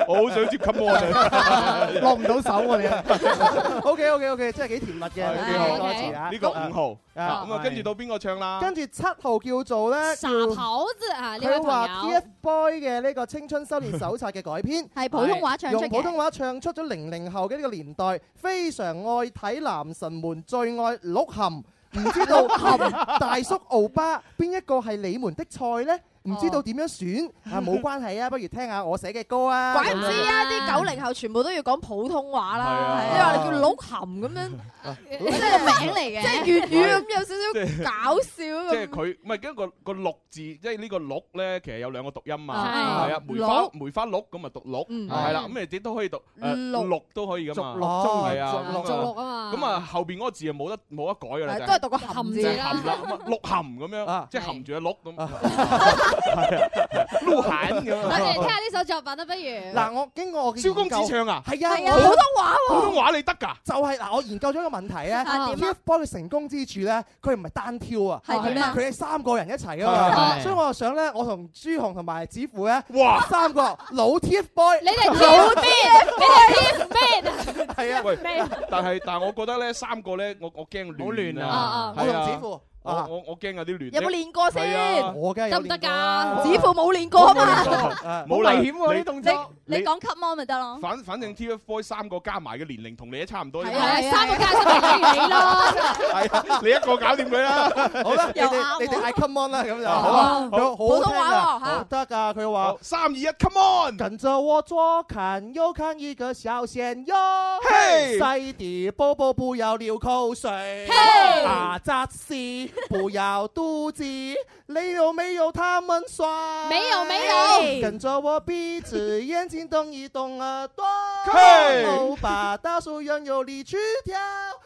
E: 我好想接 come on 啊。
A: 落唔到手我哋。O K O K O K，真係幾甜蜜嘅，
E: 幾好
A: 多謝啊
E: 呢個五號
A: 啊
E: 啊咁啊，跟住到邊個唱啦？
A: 跟住七號叫做咧，
H: 傻
A: 叫
H: 猴子啊！呢位
A: 佢
H: 朋
A: 話
H: 友
A: TFBOY 嘅呢個《青春修煉手冊》嘅改 編，
F: 係普通話唱出嘅
A: 用普通話唱出咗零零後嘅呢個年代，非常愛睇男神們最愛鹿晗，唔 知道大叔敖巴邊一個係你們的菜呢？唔知道點樣選啊？冇關係 啊，不如聽下我寫嘅歌啊！
G: 怪唔知啊，啲九零後全部都要講普通話
A: 係
G: 啦
A: 啊，
G: 你話你叫鹿晗咁樣，即係個
F: 名嚟嘅
G: 即係粵語咁
E: 即係
G: 有少少搞笑
E: 即係
G: 咁。
E: 佢唔係跟個個鹿字，即係呢個鹿咧，其實有兩個讀音嘛。
G: 係
E: 係啊，梅花
G: 鹿
E: 梅花鹿咁啊讀鹿，
G: 嗯
E: 係啦，咁你亦都可以讀
G: 鹿
E: 誒鹿都可以噶嘛。
A: 逐鹿哦
E: 係啊，
A: 逐鹿
E: 咁
A: 逐鹿
H: 啊嘛
E: 咁啊後邊嗰個字啊冇得冇得改噶啦，
G: 係都係讀個含字
E: 就係
G: 啦
E: 含啦，咁啊鹿含咁樣，即係含住個鹿咁。 鹿晗咁
H: 我哋聽
E: 啊。
H: 下呢首作品啦，不如
A: 嗱，我經過我嘅
E: 蕭公
A: 研
E: 子
A: 究
E: 唱啊
A: 係啊，
H: 係啊
A: 我
H: 普通話喎
E: 普通話你得㗎？
A: 就係嗱，我研究咗一個問題咧
H: 啊點啊
A: ，TFBOY 嘅成功之處咧，佢唔係單挑啊，
H: 係點啊
A: 佢係三個人一齊啊嘛，
H: 係
A: 所以我就想咧，我同朱紅同埋子富咧，
E: 哇，
A: 三個老 TFBOY，
H: 你哋
A: 老
H: TFBOY 你哋 TFBOY
A: 係啊，
E: 喂，但係但係我覺得咧三個咧，我我驚亂
A: à?
G: 啊啊
E: 係啊
A: 我同子富
E: 我我我驚有啲亂。
G: 有冇練過
E: 係啊
G: 先？
A: 我梗係
G: 得
A: 有
G: 唔得
A: 練過啦
G: 㗎？子父冇練過啊嘛。
A: 啊
E: 冇啦
A: 好危險喎
E: 你
A: 呢動作
E: 你
F: 你講 come on 咪得咯。
E: 反反正 TFBOYS 三個加埋嘅年齡同你都差唔多啫
F: 係
E: 嘛。
F: 啊係啊
H: 三個加出嚟等於你咯。
E: 係啊，你一個搞掂佢啦。
A: 好啦，你
E: 又
A: 哋你哋嗌哎 come on 啦，咁就
E: 好啊
A: 佢好
E: 普
A: 好
E: 通
A: 聽
E: 話
A: 啊，
E: 喎
A: 好
E: 嚇
A: 得㗎，佢話
E: 三二一 come on，
A: 跟着我左看右看一個小鮮肉，
E: 嘿
A: 細啲波波不要流口水，
J: 嘿
A: 啊扎西。不要妒忌，没有没有他们帅，
H: 没有没有
A: 跟着我闭着眼睛动一动耳朵，
H: 嘿
A: 欧巴大叔让有理去挑，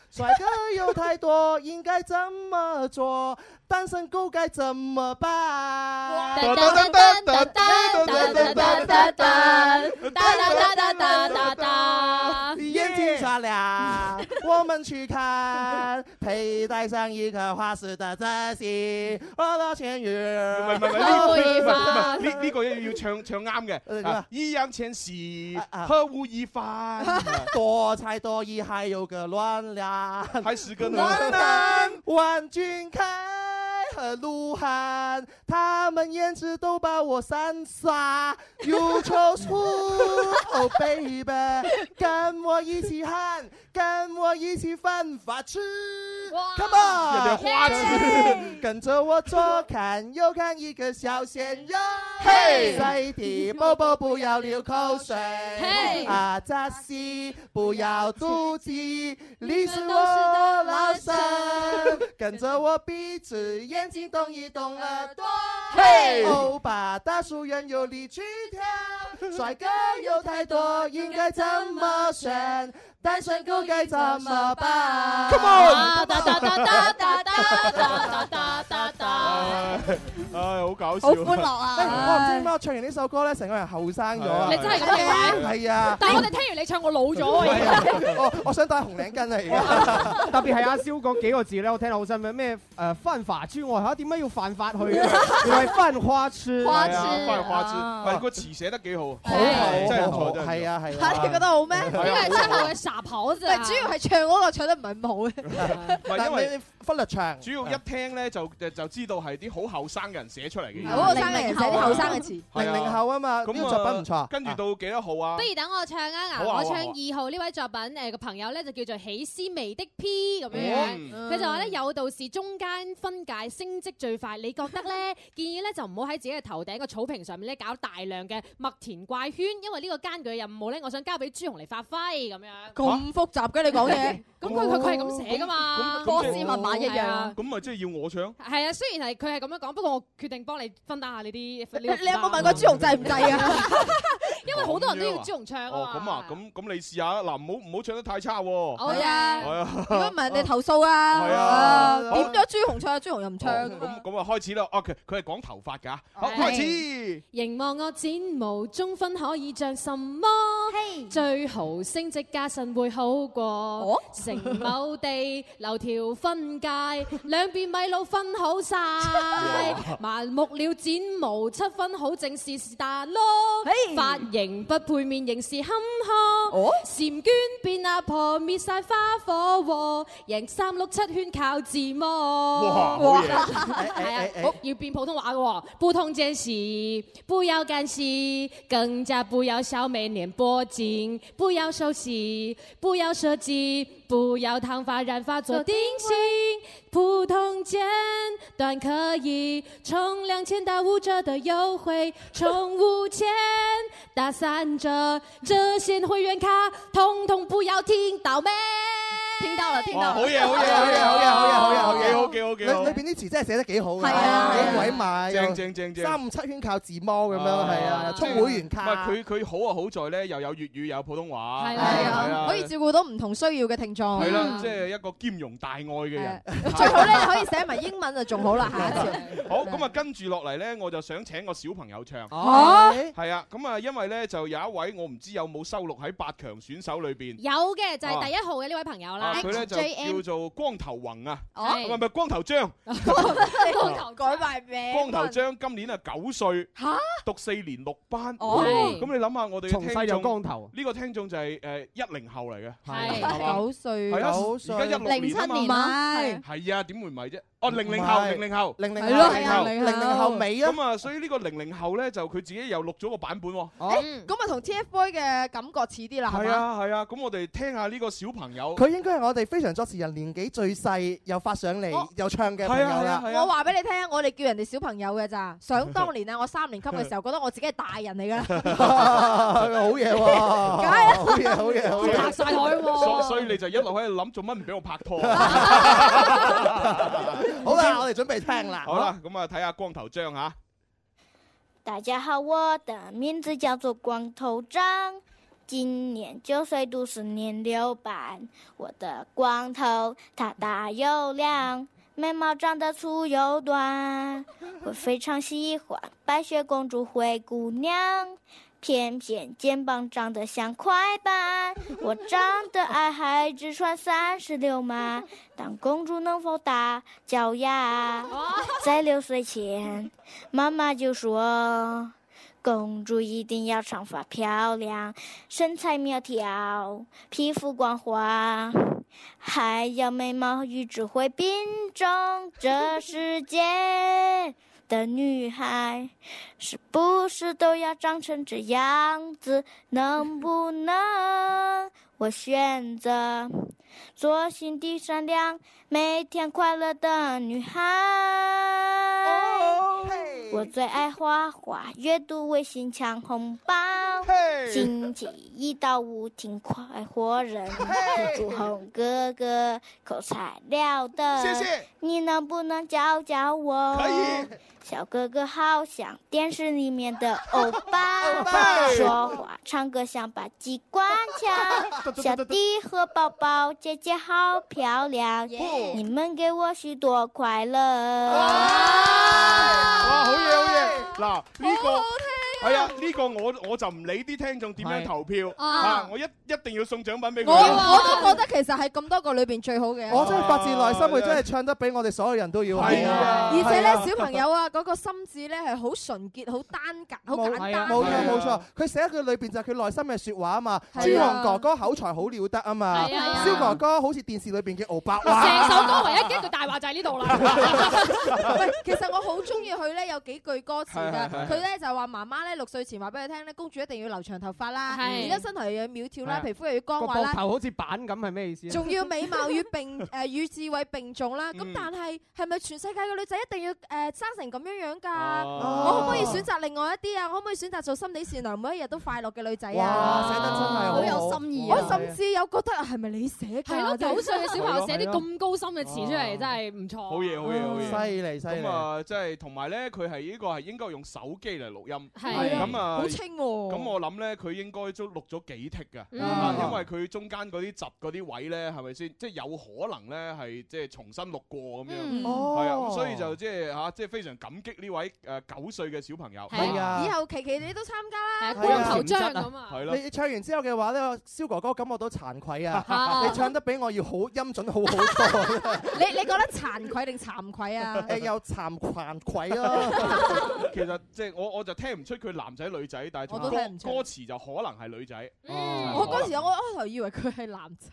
A: 帅哥有太多，应该怎么做？单身狗该怎么办？
J: 噔噔噔噔噔噔噔噔噔噔
A: 眼睛擦亮，我们去看佩戴上一颗花式的真心，我的前女
E: 唔係唔 係
A: 友
E: 唔係
A: 都
E: 呢
A: 會
E: 唔
A: 發
E: 係呢呢個要唱唱啱
A: 誒
E: 嘅。
A: 點啊
E: 啊一樣前喜，呵
A: 呵
E: 護一番，
A: 啊 多才多藝，还有个暖男，
E: 還是個暖男
A: 暖男。万俊凯和鹿晗，他们颜值都把我闪傻。You chose who, oh baby，跟我一起喊，跟我一起犯法吃。Come on，
J: 有點花痴
A: 跟着我左看右看一个小鲜肉，嘿，水滴宝宝不要流口水，
J: 嘿
A: 阿扎西不要妒忌，你是我的老三，跟着我闭着眼睛动一动耳朵，
J: 嘿
A: 欧巴大叔原有理去挑，帅哥有太多，应该怎么选？单身狗该怎么办
J: Come on！哒哒哒哒
A: 哒哒哒哒哒
E: 唉，唉好搞笑，
A: 好歡樂啊！我唔知點解我唱完呢首歌咧，成個人後生咗啊！
H: 你真係咁樣
A: 係啊！
H: 但係我哋聽完你唱，我老咗啊而家。
A: 我我想戴紅領巾啊！而
V: 特別係阿蕭講幾個字咧，我聽到好新嘅咩誒犯法之外嚇，點解要犯 法去？原來係犯花痴，
E: 花痴，
A: 啊
E: 翻去花痴，喂個詞寫得幾好，好
V: 好
E: 真係唔
A: 好
E: 錯，真
A: 係啊係
G: 嚇你覺得好咩？呢
E: 個係
H: 真係嘅傻婆啫
G: 主要係唱嗰個唱得唔係咁好嘅。
E: 唔係因
A: 你
E: 為
A: 忽略唱，
E: 主要一聽咧就就就知道係啲好後生嘅人寫出嚟嘅嘢，
G: 好後生嘅人寫啲後生嘅詞
E: 係啊
A: 零零後啊嘛，呢個
E: 咁
A: 作品唔
E: 啊
A: 錯。
E: 跟住到幾多號啊
H: 不？如等我唱啊！
E: 好
H: 嗱，
E: 啊好啊
H: 我唱
E: 好啊
H: 二號呢位作品，誒個朋友咧就叫做起思微的 P 咁樣
E: 嗯
H: 樣，佢就話咧有道是中間分界升職最快，你覺得咧？ 建議咧就唔好喺自己嘅頭頂個草坪上面咧搞大量嘅麥田怪圈，因為呢個艱巨嘅任務咧，我想交俾朱紅嚟發揮咁樣。
G: 咁複雜嘅你講嘢，
H: 咁佢佢佢係咁寫噶嘛？
E: 咁即係
H: 係啊
E: 咁咪即係要我唱？
H: 係啊，雖然係佢係咁樣講，不過我決定幫你分擔下你啲。你
G: 你有冇問過朱紅制唔制啊？
H: 因為好多人都要朱紅唱
E: 哦，
H: 啊
E: 咁
H: 嘛。
E: 啊，咁咁你試下啊嗱，唔好唔好唱得太差喎。
H: 好啊
E: 係啊。
G: 哎如果唔係你投訴啊！
E: 係啊
G: 啊點咗朱紅唱，朱紅又唔唱。哦
E: 咁咁啊，開始啦！哦，佢佢係講頭髮㗎，好
H: 係
E: 開始。
H: 凝望我展無中分可以像什麼？最豪升職加薪會好過，城某地留條分界，兩邊米路分好晒，盲目了展無七分好正是是但咯，髮型不配面仍是坎坷，嬋娟變阿婆滅晒花火喎，贏三六七圈靠自摸
J: 哇。好嘢 哎
H: 係啊，好要變普通話嘅喎。不通見事，不要干事，更加不要小美臉波金，不要手洗，不要設計，不要燙髮染髮做定型。普通剪短可以，從兩千到五折的優惠，從五千打三折，這些會員卡通通不要聽到咩？聽到了，聽
E: 到了好嘢好嘢
A: 好嘢，好嘢，好嘢，好嘢，好嘢，
E: 幾好幾好幾好
A: 裏裏邊啲詞真係寫得幾好嘅，
E: 係啊
A: 幾鬼賣，
E: 正正正正
A: 三五七圈靠自摸咁樣，係啊，
E: 即係
A: 充會員
E: 唔係
A: 卡。
E: 佢佢好啊，好在咧又有粵語又有普通話，
G: 係啊係啊，可以照顧嗯到唔同需要嘅聽眾。
E: 係啦，即係一個兼容大愛嘅人。
G: 最好咧，你可以寫埋英文就仲好啦，下一次。
E: 好，咁啊跟住落嚟咧，我就想請個小朋友唱。
G: 哦
E: 係啊，咁啊，因為咧就有一位我唔知有冇收錄喺八強選手裏邊。
H: 有嘅就係第一號嘅呢位朋友啦
E: 啊，Ờ, 佢咧就叫
H: XJM
E: 做光頭宏啊，Ờ,
H: 哦
E: 係咪光頭張？
G: 光頭改埋名
E: 光頭張今年啊九歲，
G: 嚇
E: 讀四年六班，
G: 哦
E: 咁你諗下我哋嘅
V: 從細
E: 聽
V: 就
E: 眾，
V: 光頭
E: 呢個聽眾就係誒一零後嚟嘅，
V: 係
E: 係嘛
G: 九歲
E: 係啊，
G: 九歲
E: 而家一六年啊嘛
G: 07年啊係
E: 係啊，點會唔係啫？哦，零零
A: 唔
E: 後，
A: 係
E: 零零後，
A: 零零
E: 係
A: 後
E: 咯
A: 係啊
E: 零
A: 零零後尾啊
E: 咁啊，所以呢個零零後咧就佢自己又錄咗個版本喎，
G: 誒咁啊，同 TFBOY 嘅感覺似啲啦，係
E: 係
G: 嘛？
E: 啊係啊，咁我哋聽下呢個小朋友，
A: 佢應該係我哋非常作詞人年紀最細又發上嚟又唱嘅朋友啦。
G: 我話俾你聽，我哋叫人哋小朋友嘅咋。想當年啊，我三年級嘅時候，覺得我自己係大人嚟㗎啦。
A: 啊好嘢喎！
G: 梗係啦
A: 好嘢好嘢好嘢！
G: 拍晒台喎
E: 所所以你就一路喺度諗做乜唔俾我拍拖？
A: 好啦，我哋準備聽啦。
E: 啊好啦，咁啊睇下光頭張啊吓。
R: 大家好，啊我的名字叫做光头张，今年九岁，读四年六班。我的光头它大又亮，眉毛长得粗又短。我非常喜欢白雪公主、灰姑娘，偏偏肩膀长得像块板。我长得矮，还只穿三十六码，当公主能否打脚丫？在六岁前。妈妈就说：“公主一定要长发漂亮，身材苗条，皮肤光滑，还要眉毛与智慧并重。这世界的女孩是不是都要长成这样子？能不能我选择做心地善良、每天快乐的女孩？”我最爱画画、阅读、微信抢红包。星期一到五听快活人，祝红哥哥口才了得。
J: 谢谢。
R: 你能不能教教我？
J: 可以。
R: 小哥哥好像电视里面的欧巴，说话唱歌像把机关枪。小弟和宝宝姐姐好漂亮，你们给我许多快乐。
E: 哇，好嘢好啊嘢！嗱，呢個係啊，呢個我我就唔理啲聽眾點樣投票
G: 啊
E: 啊，我一一定要送獎品俾佢。
G: 我我都覺得其實係咁多個裏邊最好嘅。
A: 我真係發自內心，佢真係唱得比我哋所有人都要好。哦係啊
G: 而且咧，小朋友啊，嗰個心智咧係好純潔、好單簡、好簡單啊嘅。
A: 冇錯冇錯，佢寫喺佢裏邊就係佢內心嘅説話啊嘛。
G: 係啊
A: 朱紅哥哥口才好了得啊嘛，
H: 係啊
A: 蕭哥哥好似電視裏邊嘅敖伯華。
H: 成首歌唯一一句大話就係呢度啦。
G: 喂，其實我好中意佢咧，有幾句歌詞
H: 係係
G: 㗎。
H: 係
G: 佢咧就話媽媽咧六歲前話俾佢聽咧，公主一定要留長頭髮啦，
V: 係
G: 而家身材又要苗條
V: 係
G: 啦
V: 啊，
G: 皮膚又要光
V: 個
G: 滑啦
V: 膊。頭好似板咁，係咩意思啊？
G: 仲要美貌與並誒與智慧並重啦，咁
V: 嗯
G: 但係係咪全世界嘅女仔一定要誒呃生成咁樣樣㗎？
V: 哦
G: 我可唔可以選擇另外一啲啊？我可唔可以選擇做心理善良，每一日都快樂嘅女仔啊？
A: 哇寫得真係好好有心意啊
G: 我甚至有覺得啊係咪你寫㗎？
H: 係咯，九歲嘅小朋友寫
E: 係
H: 啲
E: 咯
H: 咁高深嘅詞出嚟，真係唔錯。
E: 好
G: 哦
E: 嘢，好嘢，好嘢！
A: 犀利犀利
E: 咁啊，即係同埋咧，佢係呢個係應該用手機嚟錄音，
H: 係係啊
E: 咁啊，
H: 好清喎
E: 咁我諗咧，佢應該都錄咗幾剔
H: 嗯
E: 㗎，啊因為佢中間嗰啲集嗰啲位咧，係咪先？即係有可能咧係即係重新錄過咁樣，
G: 嗯
E: 係啊，
G: 哦
E: 咁所以就即係嚇，即係非常感激呢位誒九歲嘅小朋友。
G: 啊
A: 啊
G: 以後琪琪你都參
H: 啊
G: 加啦，啊
E: 係咯
A: 你你唱完之後嘅話咧，蕭哥哥感覺到慚愧 啊！
G: 啊
A: 你唱得比我要好音準好好多。
G: 你你覺得慚愧定慚愧啊？
A: 誒有慚慚愧啊咯，
E: 其實即係我我就聽唔出佢男仔女仔，但係
G: 我都
E: 歌
G: 聽唔出嗯
E: 歌詞就可能係女仔。哦
H: 嗯
G: 我嗰時我開頭以為佢係男仔，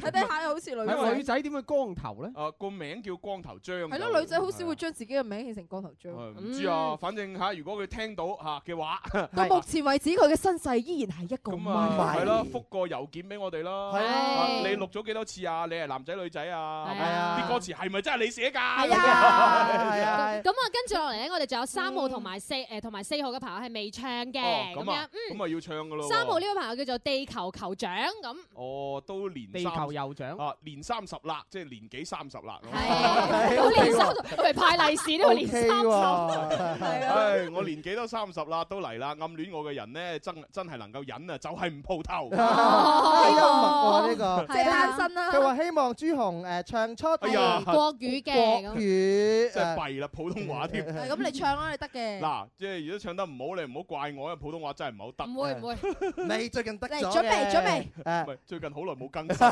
G: 睇睇下又好似女仔。
E: 仔點會光頭咧？啊，個名叫光頭張。
G: 係咯，女仔好少會嗯將自己嘅名起成光頭張。
E: 誒唔知啊，反正嚇，如果佢聽到嚇嘅話，
G: 到目前為止，佢嘅身世依然係一個
E: 咁啊，係
G: 謎。
E: 咯，覆個郵件俾我哋啦。
G: 係啊
E: 啊你錄咗幾多次啊？你係男仔女仔啊？
A: 係啊
E: 啲歌詞係咪真係你寫㗎？
H: 係
A: 啊係啊
H: 咁啊，跟住落嚟咧，我哋仲有三號同埋四誒同埋四號嘅朋友係未唱嘅，
E: 哦，
H: 咁
E: 咁
H: 樣嗯
E: 啊，咁啊要唱㗎咯喎。
H: 三號呢位朋友叫做地球球長咁。
E: 哦，都年
V: 地
E: 三
V: 球酋長
E: 啊，年三十啦，即係年幾三十啦。啊
H: 我年三十，我嚟派利是呢個年三 十。
E: 唉，我年紀都三十啦，都嚟啦。暗戀我嘅人咧，真真係能夠忍啊，就係唔蒲頭。
A: À, 太幽哎默啊喎呢個，
G: 哦 即係單身啦啊
A: 佢話希望朱紅誒唱出
E: 哎呀係國語嘅咁
A: 國語
E: 真係弊啦，普通話添。
G: 係咁，你唱啦，你得嘅。
E: 嗱，即係如果唱得唔好，你唔好怪我，因為普通話真係唔係好得。
H: 唔會唔會，
A: 你最近得
G: 嚟
A: 咗
G: 準備
A: 嘅
G: 準備
E: 唔係最近好耐冇更新，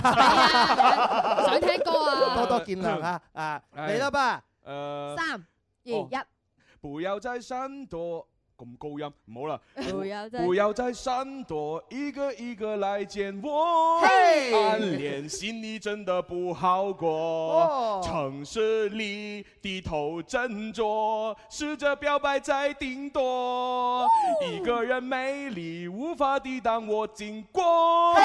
H: 想聽歌啊
A: 多多見諒 啊！啊，嚟啦吧，
E: 誒，
G: 三二一，
E: 哦不要再闪躲，咁高音唔好啦。
G: 不要再
E: 不要再闪躲，一个一个来见我。
J: 嘿
E: 暗恋心里真的不好过
J: 哦，
E: 城市里低头斟酌，试着表白再顶
G: 哦
E: 多。一个人美丽无法抵挡我经过，
J: 嘿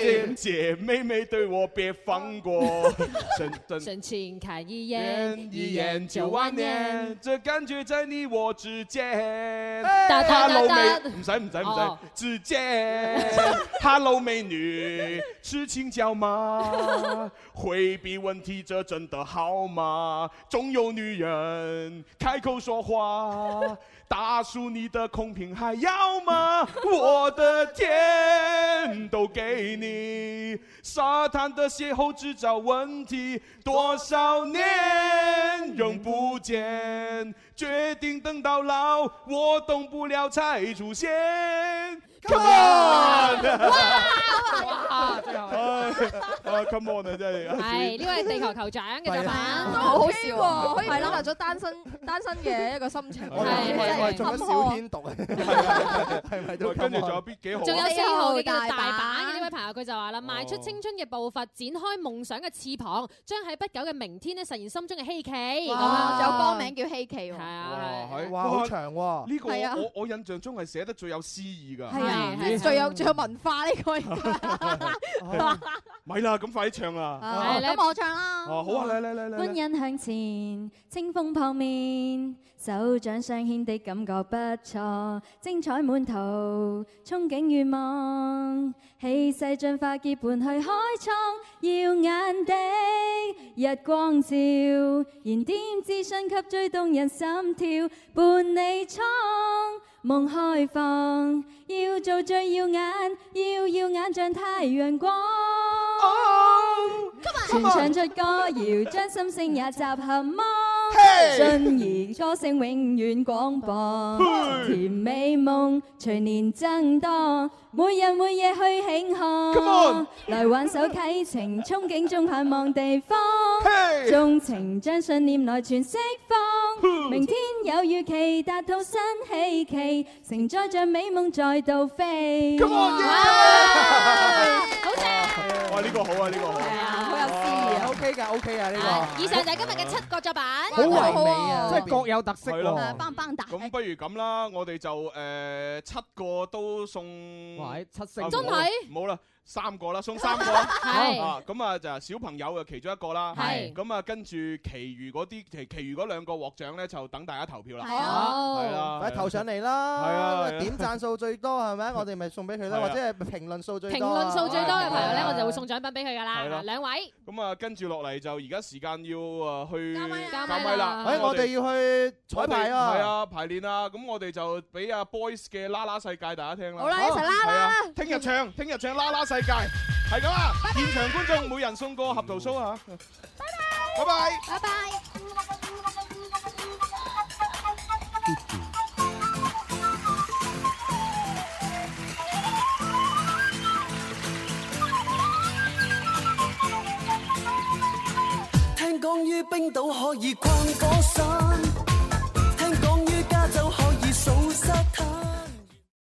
E: 姐姐妹妹对我别放 过。真真
H: 神情看一
E: 眼
H: 眼，
E: 一眼九万年，这感觉在你我之间。 h
H: 哒
E: e
H: 哒
E: l l o
H: 哒哒
E: 美，唔使唔使唔
H: 哦
E: 使，只见 Hello 美女，事情叫吗？回避问题这真的好吗？总有女人开口说话，大叔你的空瓶还要吗？我的天，都给你，沙滩的邂逅制造问题，多少年仍不见，决定等到老，我动不了才出现。Come on！
H: 哇，最後
E: 唉啊，Come on 啊，真係啊
H: 係呢位地球球長嘅作
E: 係
H: 品，
G: 都好好笑啊，可以
H: 係
G: 表
H: 咯
G: 達咗單身單身嘅一個心情。
A: 我哋
G: 係
A: 我哋做咗
G: 坎坷
A: 小編讀啊，係咪都
E: 跟住仲有邊幾好啊？
H: 仲有四號嘅叫做
G: 哦大哦
H: 大
G: 阪
H: 阪嘅呢位朋友，佢就話啦：邁出青春嘅步伐，展開夢想嘅翅膀，將喺不久嘅明天咧實現心中嘅希冀。咁
G: 哇
H: 樣
G: 有歌名叫 《希冀》
E: 啊
G: 喎。
E: 哇，係
A: 哇好長喎
E: 呢個
G: 係啊
E: 我我我印象中係寫得最有詩意㗎。
G: 係啊，最有最有文化呢個應該。
E: 咪啦，咁快啲唱啦！
J: 啊
G: 咁我唱啦。
E: 哦，好啊，嚟嚟嚟嚟
J: 歡
E: 嚟。
J: 欣向前，清風撲面，手掌相牽的感覺不錯，精彩滿途，憧憬願望，氣勢進化結伴去開創，耀眼的日光照，燃點自信及最動人心跳，伴你闖。夢開放，要做最耀眼，要耀眼像太陽光。全唱出歌謠，將心聲也集合麼？進而歌聲永遠廣播，甜美夢隨年增多，每日每夜去慶賀，來挽手啟程，憧憬中盼望地方，縱情將信念內全釋放，明天有預期達到新希冀，承載着美夢再度飛。
A: Ừ.
E: 哇，呢個好啊，呢個好啊。
A: Dạ,
G: 好有
A: 詩意，OK à. 㗎，OK 啊呢個。
F: 以上就係今日嘅七個作品。
A: 好唯美啊，
W: 即係各有特色
E: 係咯
W: 喎。
F: 棒棒打。
E: 咁不如咁啦，我哋就誒七個都送，
W: 喂七星
E: 啊
W: 真
E: 唔好
W: 係
E: 冇啦，三個啦，送三個啦，
W: 係
E: 啊咁啊就係小朋友嘅其中一個啦，
W: 係
E: 咁啊跟住其餘嗰啲其其餘嗰兩個獲獎咧就等大家投票啦，Ờ。
A: 係啊
G: 哦
E: 係啦，
A: 咪投上嚟
E: 係啊
A: 啦
E: 係啊，
A: 點贊數最多係咪？我哋咪送俾佢
E: 係
A: 啦，
E: 啊
A: 或者係評論數最
H: 評
A: 多。啊
H: 論數最多嘅朋友咧，
E: 係
H: 我就會送獎品俾佢噶
E: 係啦
H: 啦。兩位
E: 咁啊跟住落嚟就而家時間要啊去
H: 啦
E: 加咪啦，
A: 哎，我哋要去彩排啊！
E: 係啊排練啊，咁我哋就俾阿 Boys 嘅啦啦世界大家聽啦，
A: 好
D: Ờ.
A: 啦一齊啦啦啦
D: à.
E: 係啊，聽日唱，聽日唱啦啦世界，係咁啊，現場觀眾每人送個合桃酥啊！拜拜，
X: 拜拜。
D: 聽講於冰島可以逛嗰身，